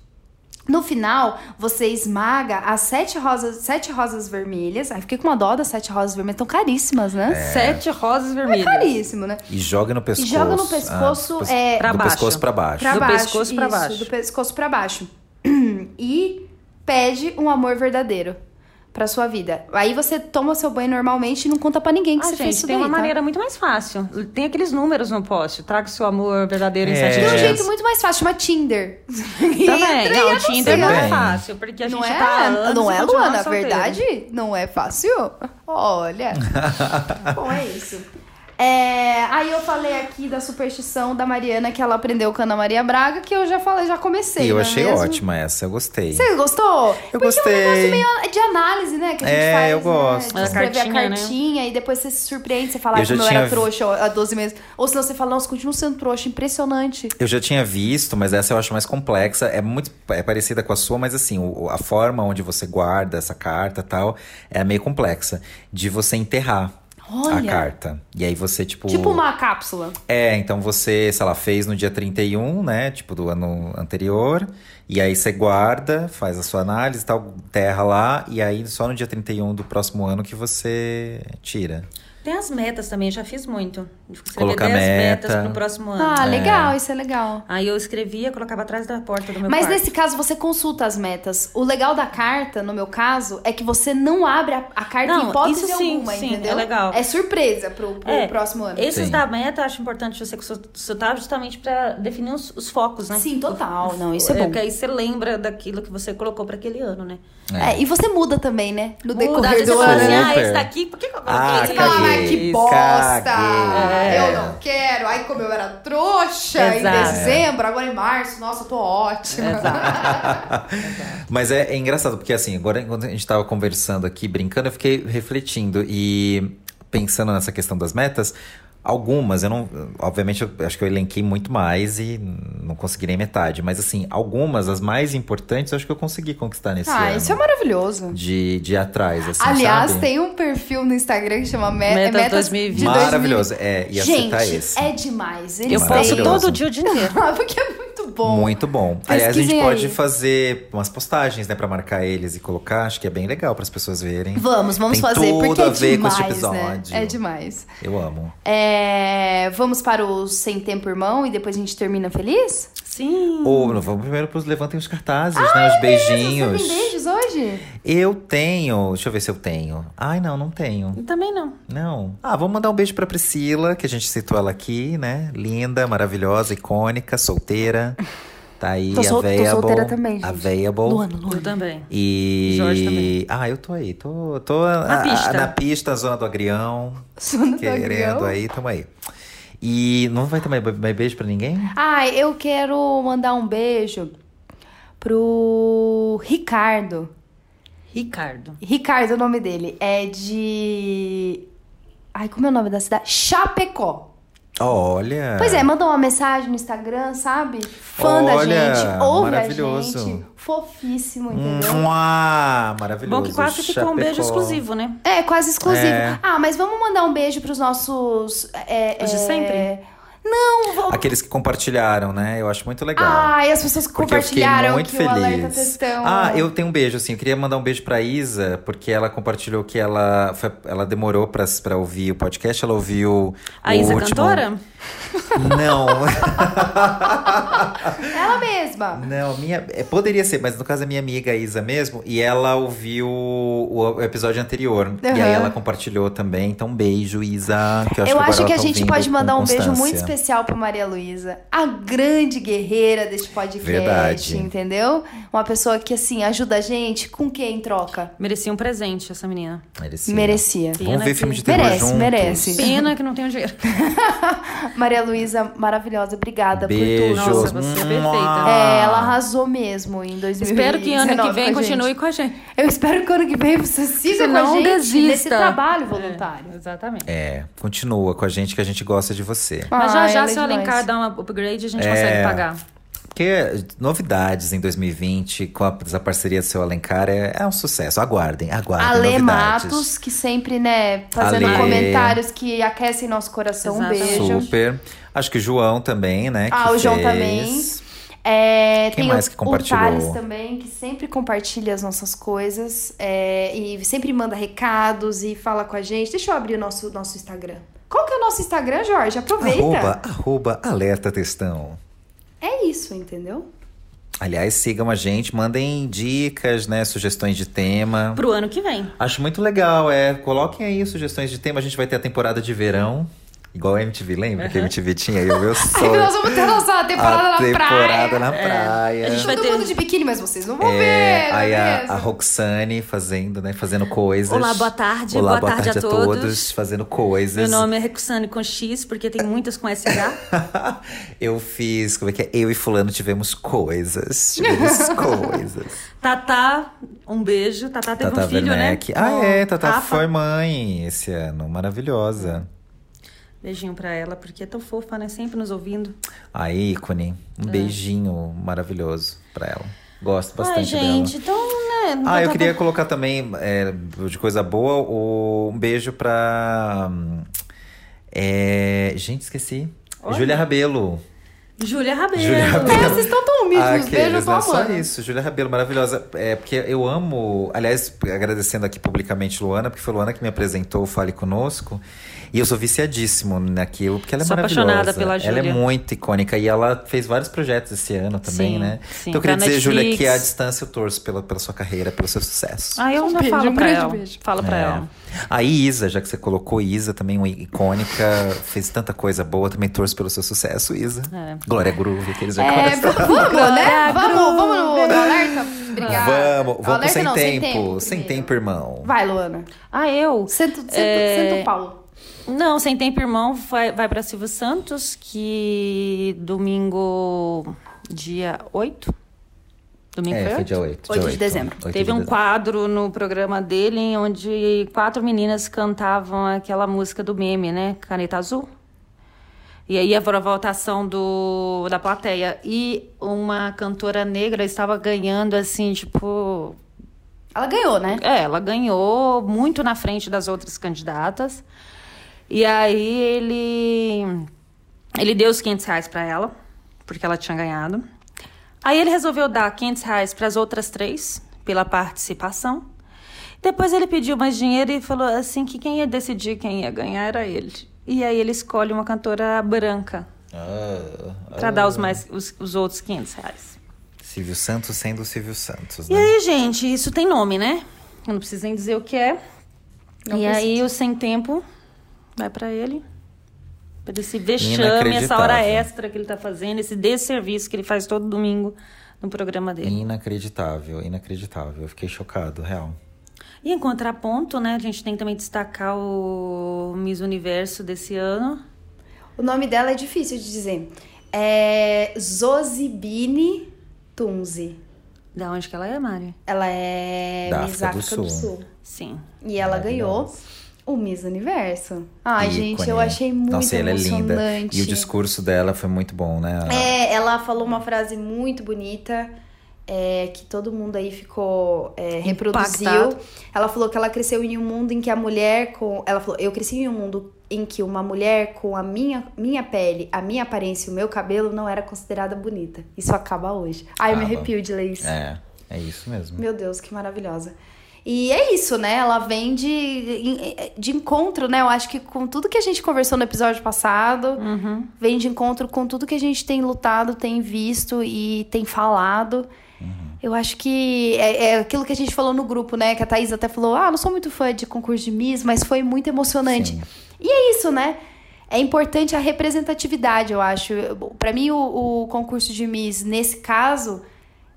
No final, você esmaga as sete rosas, sete rosas vermelhas. Aí fiquei com uma dó das sete rosas vermelhas, tão caríssimas, É. né? Sete rosas vermelhas. Caríssimo, né? E joga no pescoço. joga no pescoço, pes- é, Pra do baixo. pescoço pra baixo. Pra Do baixo. pescoço pra isso, baixo. Do pescoço pra baixo. E pede um amor verdadeiro pra sua vida. Aí você toma seu banho normalmente e não conta pra ninguém que Ah, você fez gente, isso tem uma daí, tá? maneira muito mais fácil. Tem aqueles números no post. Traga o seu amor verdadeiro em É. sete Tem um É. jeito muito mais fácil, chama Tinder. Também. Entra e Não, o anuncia. Tinder não é Bem. fácil, porque a gente Não é, tá há anos não e é continua Luana, a solteiro. verdade? Não é fácil? Olha. Bom, é isso. É, aí eu falei aqui da superstição da Mariana que ela aprendeu com a Ana Maria Braga, que eu já falei, já comecei. E eu não é achei mesmo? ótima essa, eu gostei. Você gostou? Eu Porque é um negócio gostei. meio de análise, né? Que a gente É, faz, eu gosto. Né? A De escrever cartinha, a né? cartinha e depois você se surpreende, você fala, Eu ah, já como eu tinha era vi- trouxa há 12 meses. Ou se não, você fala, nossa, continua sendo trouxa, impressionante. Eu já tinha visto, mas essa eu acho mais complexa. É muito é parecida com a sua, mas assim, o- o- a forma onde você guarda essa carta e tal é meio complexa. De você enterrar Olha. a carta. E aí você, tipo. Tipo uma cápsula. É, então você, sei lá, fez no dia 31, né? Tipo, do ano anterior. E aí você guarda, faz a sua análise e tal, terra lá. E aí só no dia 31 do próximo ano que você tira. Tem as metas também, já fiz muito. Eu Escrevi Colocar 10 meta. metas pro próximo ano. Ah, legal, isso é legal. Aí eu escrevia, colocava atrás da porta do meu Mas quarto. nesse caso você consulta as metas. O legal da carta, no meu caso, é que você não abre a, a carta Não, em hipótese isso sim, alguma, sim, entendeu? é legal. É surpresa pro, pro É, próximo ano. Esses Sim. da meta eu acho importante você consultar justamente pra definir os, os focos, né? Sim, total. Não, isso é É, bom. que aí você lembra daquilo que você colocou pra aquele ano, né? É, e você muda também, né? No Muda, às decorrer vezes do você fala ano, assim, né? né? ah, Super. esse daqui, por que que eu coloquei? Ah, esse Você caguei, fala, daqui? mas que caguei. É. bosta! Eu não quero. Ai, como eu era trouxa Exato. em dezembro, agora em março, nossa, eu tô É, ótima. Mas é, é engraçado, porque assim, agora enquanto a gente tava conversando aqui, brincando, eu fiquei refletindo e pensando nessa questão das metas. Algumas, eu não. Obviamente, eu acho que eu elenquei muito mais e não consegui nem metade. Mas assim, algumas, as mais importantes, eu acho que eu consegui conquistar nesse Ah, ano. isso é maravilhoso. de, de ir atrás, assim, Aliás, sabe? tem um perfil no Instagram que chama Me- Metas Metas 2020. de 2020. Maravilhoso. É, ia Gente, citar esse. é demais. Eles Eu têm- posto Maravilhoso. todo dia o dinheiro. Porque é muito bom. Muito bom. Aliás, a gente Pesquisem pode aí. fazer umas postagens, né, pra marcar eles e colocar. Acho que é bem legal para as pessoas verem. Vamos, vamos Tem fazer, tudo porque a é ver com demais, este né? episódio. É demais. Eu amo. É, vamos para o Sem Tempo Irmão e depois a gente termina feliz? Sim. Uhum. Ou não, vamos primeiro pros levantem os cartazes, Ah, né? Os beijinhos. Você tem beijos hoje? Eu tenho. Deixa eu ver se eu tenho. Ai, não, não tenho. Também não. Não. Ah, vamos mandar um beijo pra Priscila, que a gente citou ela aqui, né? Linda, maravilhosa, icônica, solteira. Tá aí, Tô sol- tô available. solteira também, gente. Available. Eu também. E. Jorge também. Ah, eu tô aí. Tô, tô na, pista. na pista, zona do agrião. Sono Querendo Gabriel. aí, tamo aí. E não vai tomar mais beijo pra ninguém? Ai, Ah, eu quero mandar um beijo pro Ricardo. Ricardo. Ricardo, o nome dele é de. Ai, como é o nome da cidade? Chapecó. Olha. Pois é, mandou uma mensagem no Instagram, sabe? Fã Olha, da gente, ouve a maravilhoso. Hum. gente. Fofíssimo, entendeu? Mua, ah, maravilhoso. Bom que quase ficou um Chapecó. beijo exclusivo, né? É, quase exclusivo. É. Ah, mas vamos mandar um beijo pros nossos. É, Os de é, sempre? Não, v- todo Aqueles que compartilharam, né? Eu acho muito legal. Ai, as pessoas Porque eu fiquei Ah, compartilharam muito que feliz. o alerta testão. Ah, eu tenho um beijo, assim. Eu queria mandar um beijo pra Isa, porque ela compartilhou que ela, foi- ela demorou pra, pra ouvir o podcast. Ela ouviu. A o Isa último... cantora? Não, Ela mesma. não, minha. é, Poderia ser, mas no caso é minha amiga Isa mesmo. E ela ouviu o o episódio anterior. E Aham. aí ela compartilhou também. Então, um beijo, Isa. Que eu acho eu que, agora acho ela que a tá gente ouvindo pode com mandar um beijo constância. muito especial pra Maria Luísa, a grande guerreira deste podcast, Verdade. entendeu? Uma pessoa que, assim, ajuda a gente com quem em troca? Merecia um presente essa menina. Merecia. Merecia. Vamos ver Pena filme de que- terror né? Merece, juntos. merece. Pena que não tenho dinheiro. Maria Luísa, maravilhosa, obrigada Beijo. por tudo. Nossa, você é perfeita. Mua. É, ela arrasou mesmo em 2019. Espero que ano que vem com a gente. continue com a gente. Eu espero que ano que vem você siga Você com a não gente desista. nesse trabalho voluntário. É, exatamente. É, continua com a gente que a gente gosta de você. Mas já Ai, já, ela é se o demais. Alencar dar um upgrade, a gente É. consegue pagar. Porque novidades em 2020 com a, a parceria do seu Alencar é, é um sucesso. Aguardem, aguardem Ale novidades. Matos, que sempre, né, fazendo Ale. comentários que aquecem nosso coração. Um Exatamente. beijo. Super. Acho que o João também, né? Ah, que o João fez. também. É, Quem tem mais o, que compartilhou? o Thales também, que sempre compartilha as nossas coisas é, e sempre manda recados e fala com a gente. Deixa eu abrir o nosso, nosso Instagram. Qual que é o nosso Instagram, Jorge? Aproveita. Arroba, arroba alerta textão. É isso, entendeu? Aliás, sigam a gente, mandem dicas, né? Sugestões de tema. Pro ano que vem. Acho muito legal, é. Coloquem aí sugestões de tema. A gente vai ter a temporada de verão. Igual a MTV, lembra? Que a MTV tinha aí o meu Aí sonho. nós vamos ter nossa temporada, a temporada na praia. É. na praia. A gente vai Todo ter- mundo de biquíni, mas vocês não vão É, ver. não é aí a, mesmo? a Roxane fazendo, né? Fazendo coisas. Olá, boa tarde, Olá, boa tarde a todos. Fazendo Meu coisas. nome é Recussane com X, porque tem muitas com SH. Eu fiz, como é que é? Eu e fulano tivemos coisas. Tivemos coisas. Tatá, um beijo. Tatá teve Tata um filho, Werneck. né? Ah, é, Tata Rafa. foi mãe esse ano. Maravilhosa. Beijinho pra ela, porque é tão fofa, né? Sempre nos ouvindo. A ícone. Um beijinho maravilhoso pra ela. Gosto bastante É. Ai, gente, dela. então, né? não Ah, eu tá queria bom. colocar também, é, de coisa boa, o- um beijo pra. hum, é, gente, esqueci. Olha. Júlia Rabelo. Júlia Rabelo. Júlia Rabelo. É, vocês estão tão humildes, os beijos Aqueles, eu tô né? Só amando. isso, Júlia Rabelo, maravilhosa. É, porque eu amo, aliás, agradecendo aqui publicamente Luana, porque foi Luana que me apresentou o Fale Conosco. E eu sou viciadíssimo naquilo, porque ela é Sou maravilhosa. apaixonada pela Ela é Júlia. muito icônica e ela fez vários projetos esse ano também, Sim, né? sim. Então eu queria Pra dizer, Netflix. Júlia, que à distância eu torço pela, pela sua carreira, pelo seu sucesso. Ah, eu Um já beijo, falo um pra grande ela. beijo. Fala pra É. ela. A Isa, já que você colocou Isa, também uma icônica, fez tanta coisa boa, também torço pelo seu sucesso, Isa. É. Glória Groove, que eles já É, começaram. vamos, né? Glória, Vamos, vamos no, no alerta. Obrigada. Vamos, vamos pro Alerta sem, não, tempo, sem primeiro. tempo, irmão. Vai, Luana. Ah, eu? Senta, senta, É. senta o pau. Não, Sem Tempo Irmão vai, vai para Silvio Santos, que domingo, dia 8. Domingo É, foi foi 8? dia 8. 8 de dezembro. Teve um quadro. quadro no programa dele em onde quatro meninas cantavam aquela música do meme, né? Caneta Azul. E aí foi a votação do, da plateia. E uma cantora negra estava ganhando, assim, tipo, Ela ganhou, né? é, ela ganhou muito na frente das outras candidatas. E aí ele ele deu os 500 reais para ela, porque ela tinha ganhado. Aí ele resolveu dar 500 reais para as outras três pela participação. Depois ele pediu mais dinheiro e falou assim que quem ia decidir quem ia ganhar era ele. E aí ele escolhe uma cantora branca para dar os mais os, os outros 500 reais. Ah, Silvio Santos sendo o Silvio Santos, E né? aí, gente, isso tem nome, né? Eu não preciso nem dizer o que é. Não e precisa. aí, o sem tempo vai pra ele. Pra esse vexame, essa Inacreditável. hora extra que ele tá fazendo, esse desserviço que ele faz todo domingo no programa dele. Inacreditável, inacreditável. Eu fiquei chocado, real. E em contraponto, né, a gente tem que também destacar o Miss Universo desse ano. O nome dela é difícil de dizer. É Zozibini Tunzi. Da onde que ela é, Mari? Ela é Da Miss África do África do Sul. Sul. Sim. E ela ganhou o Miss Universo. Ai, gente, eu achei muito Nossa, ela é emocionante. linda. E o discurso dela foi muito bom, né? É, ela falou uma frase muito bonita. é, que todo mundo aí ficou é, reproduziu. Ela falou que ela cresceu em um mundo em que a mulher com. Ela falou, eu cresci em um mundo em que uma mulher com a minha, minha pele, a minha aparência e o meu cabelo não era considerada bonita. Isso acaba hoje. Ai, eu me Acaba. arrepio de ler isso. É, é isso mesmo. Meu Deus, que maravilhosa. E é isso, né? Ela vem de, de encontro, né? Eu acho que com tudo que a gente conversou no episódio passado, vem de encontro com tudo que a gente tem lutado, tem visto e tem falado. Eu acho que é, é aquilo que a gente falou no grupo, né? Que a Thaís até falou: ah, não sou muito fã de concurso de Miss, mas foi muito emocionante. Sim. E é isso, né? É importante a representatividade, eu acho. Pra mim, o, o concurso de Miss, nesse caso,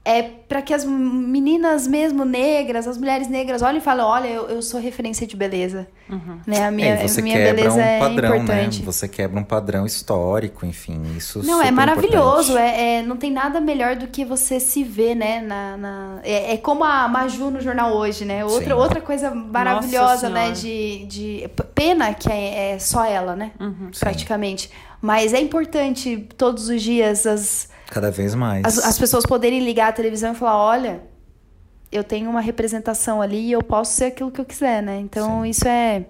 é pra que as meninas mesmo negras, as mulheres negras, olhem e falem: olha, eu, eu sou referência de beleza. Uhum. Né? A minha, é, e você minha quebra beleza um é padrão, importante. né? Você quebra um padrão histórico, enfim, isso Não, é super maravilhoso. importante. É, é- não tem nada melhor do que você se ver, né? Na, na- É, é como a Maju no jornal hoje, né? Sim. Outra, outra coisa maravilhosa, né? Senhora. De, de. p- Pena que é, é só ela, né? Sim, Praticamente. Mas é importante todos os dias as, cada vez mais. as, as pessoas poderem ligar a televisão e falar: olha, eu tenho uma representação ali e eu posso ser aquilo que eu quiser, né? Então Sim. isso é.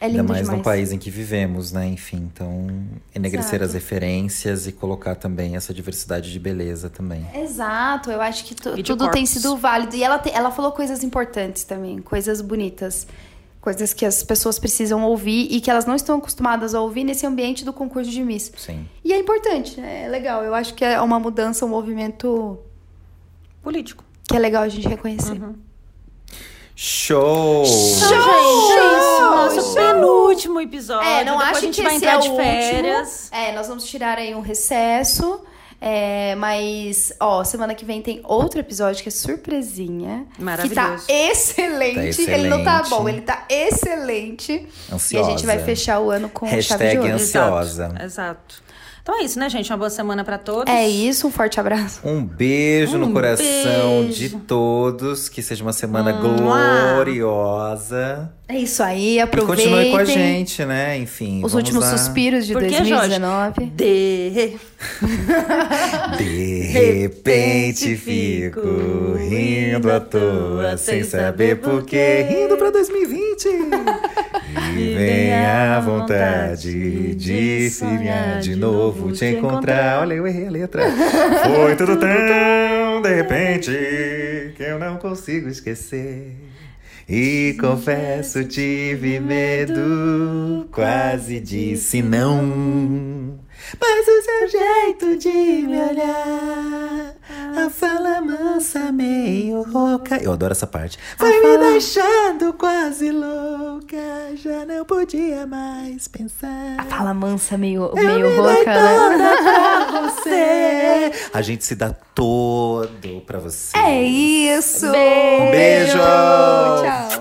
É lindo Ainda mais demais. no país em que vivemos, né? Enfim, então enegrecer Exato. as referências e colocar também essa diversidade de beleza também. Exato, eu acho que tu- E de tudo tem corpos. sido válido. E ela, te- ela falou coisas importantes também, coisas bonitas. Coisas que as pessoas precisam ouvir e que elas não estão acostumadas a ouvir nesse ambiente do concurso de Miss. Sim. E é importante, né? é legal. Eu acho que é uma mudança, um movimento Político. que é legal a gente reconhecer. Uhum. Show! Então, gente, é isso. Nosso Show! penúltimo episódio. É, não Depois acho a gente que vai esse entrar é de o férias. último. É, nós vamos tirar aí um recesso. é, mas, ó, semana que vem tem outro episódio que é surpresinha. Que tá Maravilhoso. excelente. Tá Ele não tá excelente. bom, ele tá excelente. Ansiosa. E a gente vai fechar o ano com chave Hashtag de ouro. ansi- ansiosa. Exato, exato. Então é isso, né, gente? Uma boa semana pra todos. É isso, um forte abraço. Um beijo no Um coração beijo. de todos. Que seja uma semana Mua. gloriosa. É isso aí, E aproveitem. continue com a gente, né? Enfim. Os vamos últimos lá. suspiros de Por que, Jorge? 2019. De... De repente fico rindo à toa, sem saber porquê. Rindo pra 2020! E vem a vontade de se me- de novo te encontrar. Olha, eu errei a letra. Foi tudo tão de repente que eu não consigo esquecer. E confesso, tive medo quase disse não. Mas o seu jeito de me olhar, a fala mansa meio rouca. Eu adoro essa parte. Foi me deixando quase louca, já não podia mais A pensar. fala mansa, meio, Eu me meio dei rouca, né? toda pra você. A gente se dá todo pra você. É isso. Um beijo. Tchau.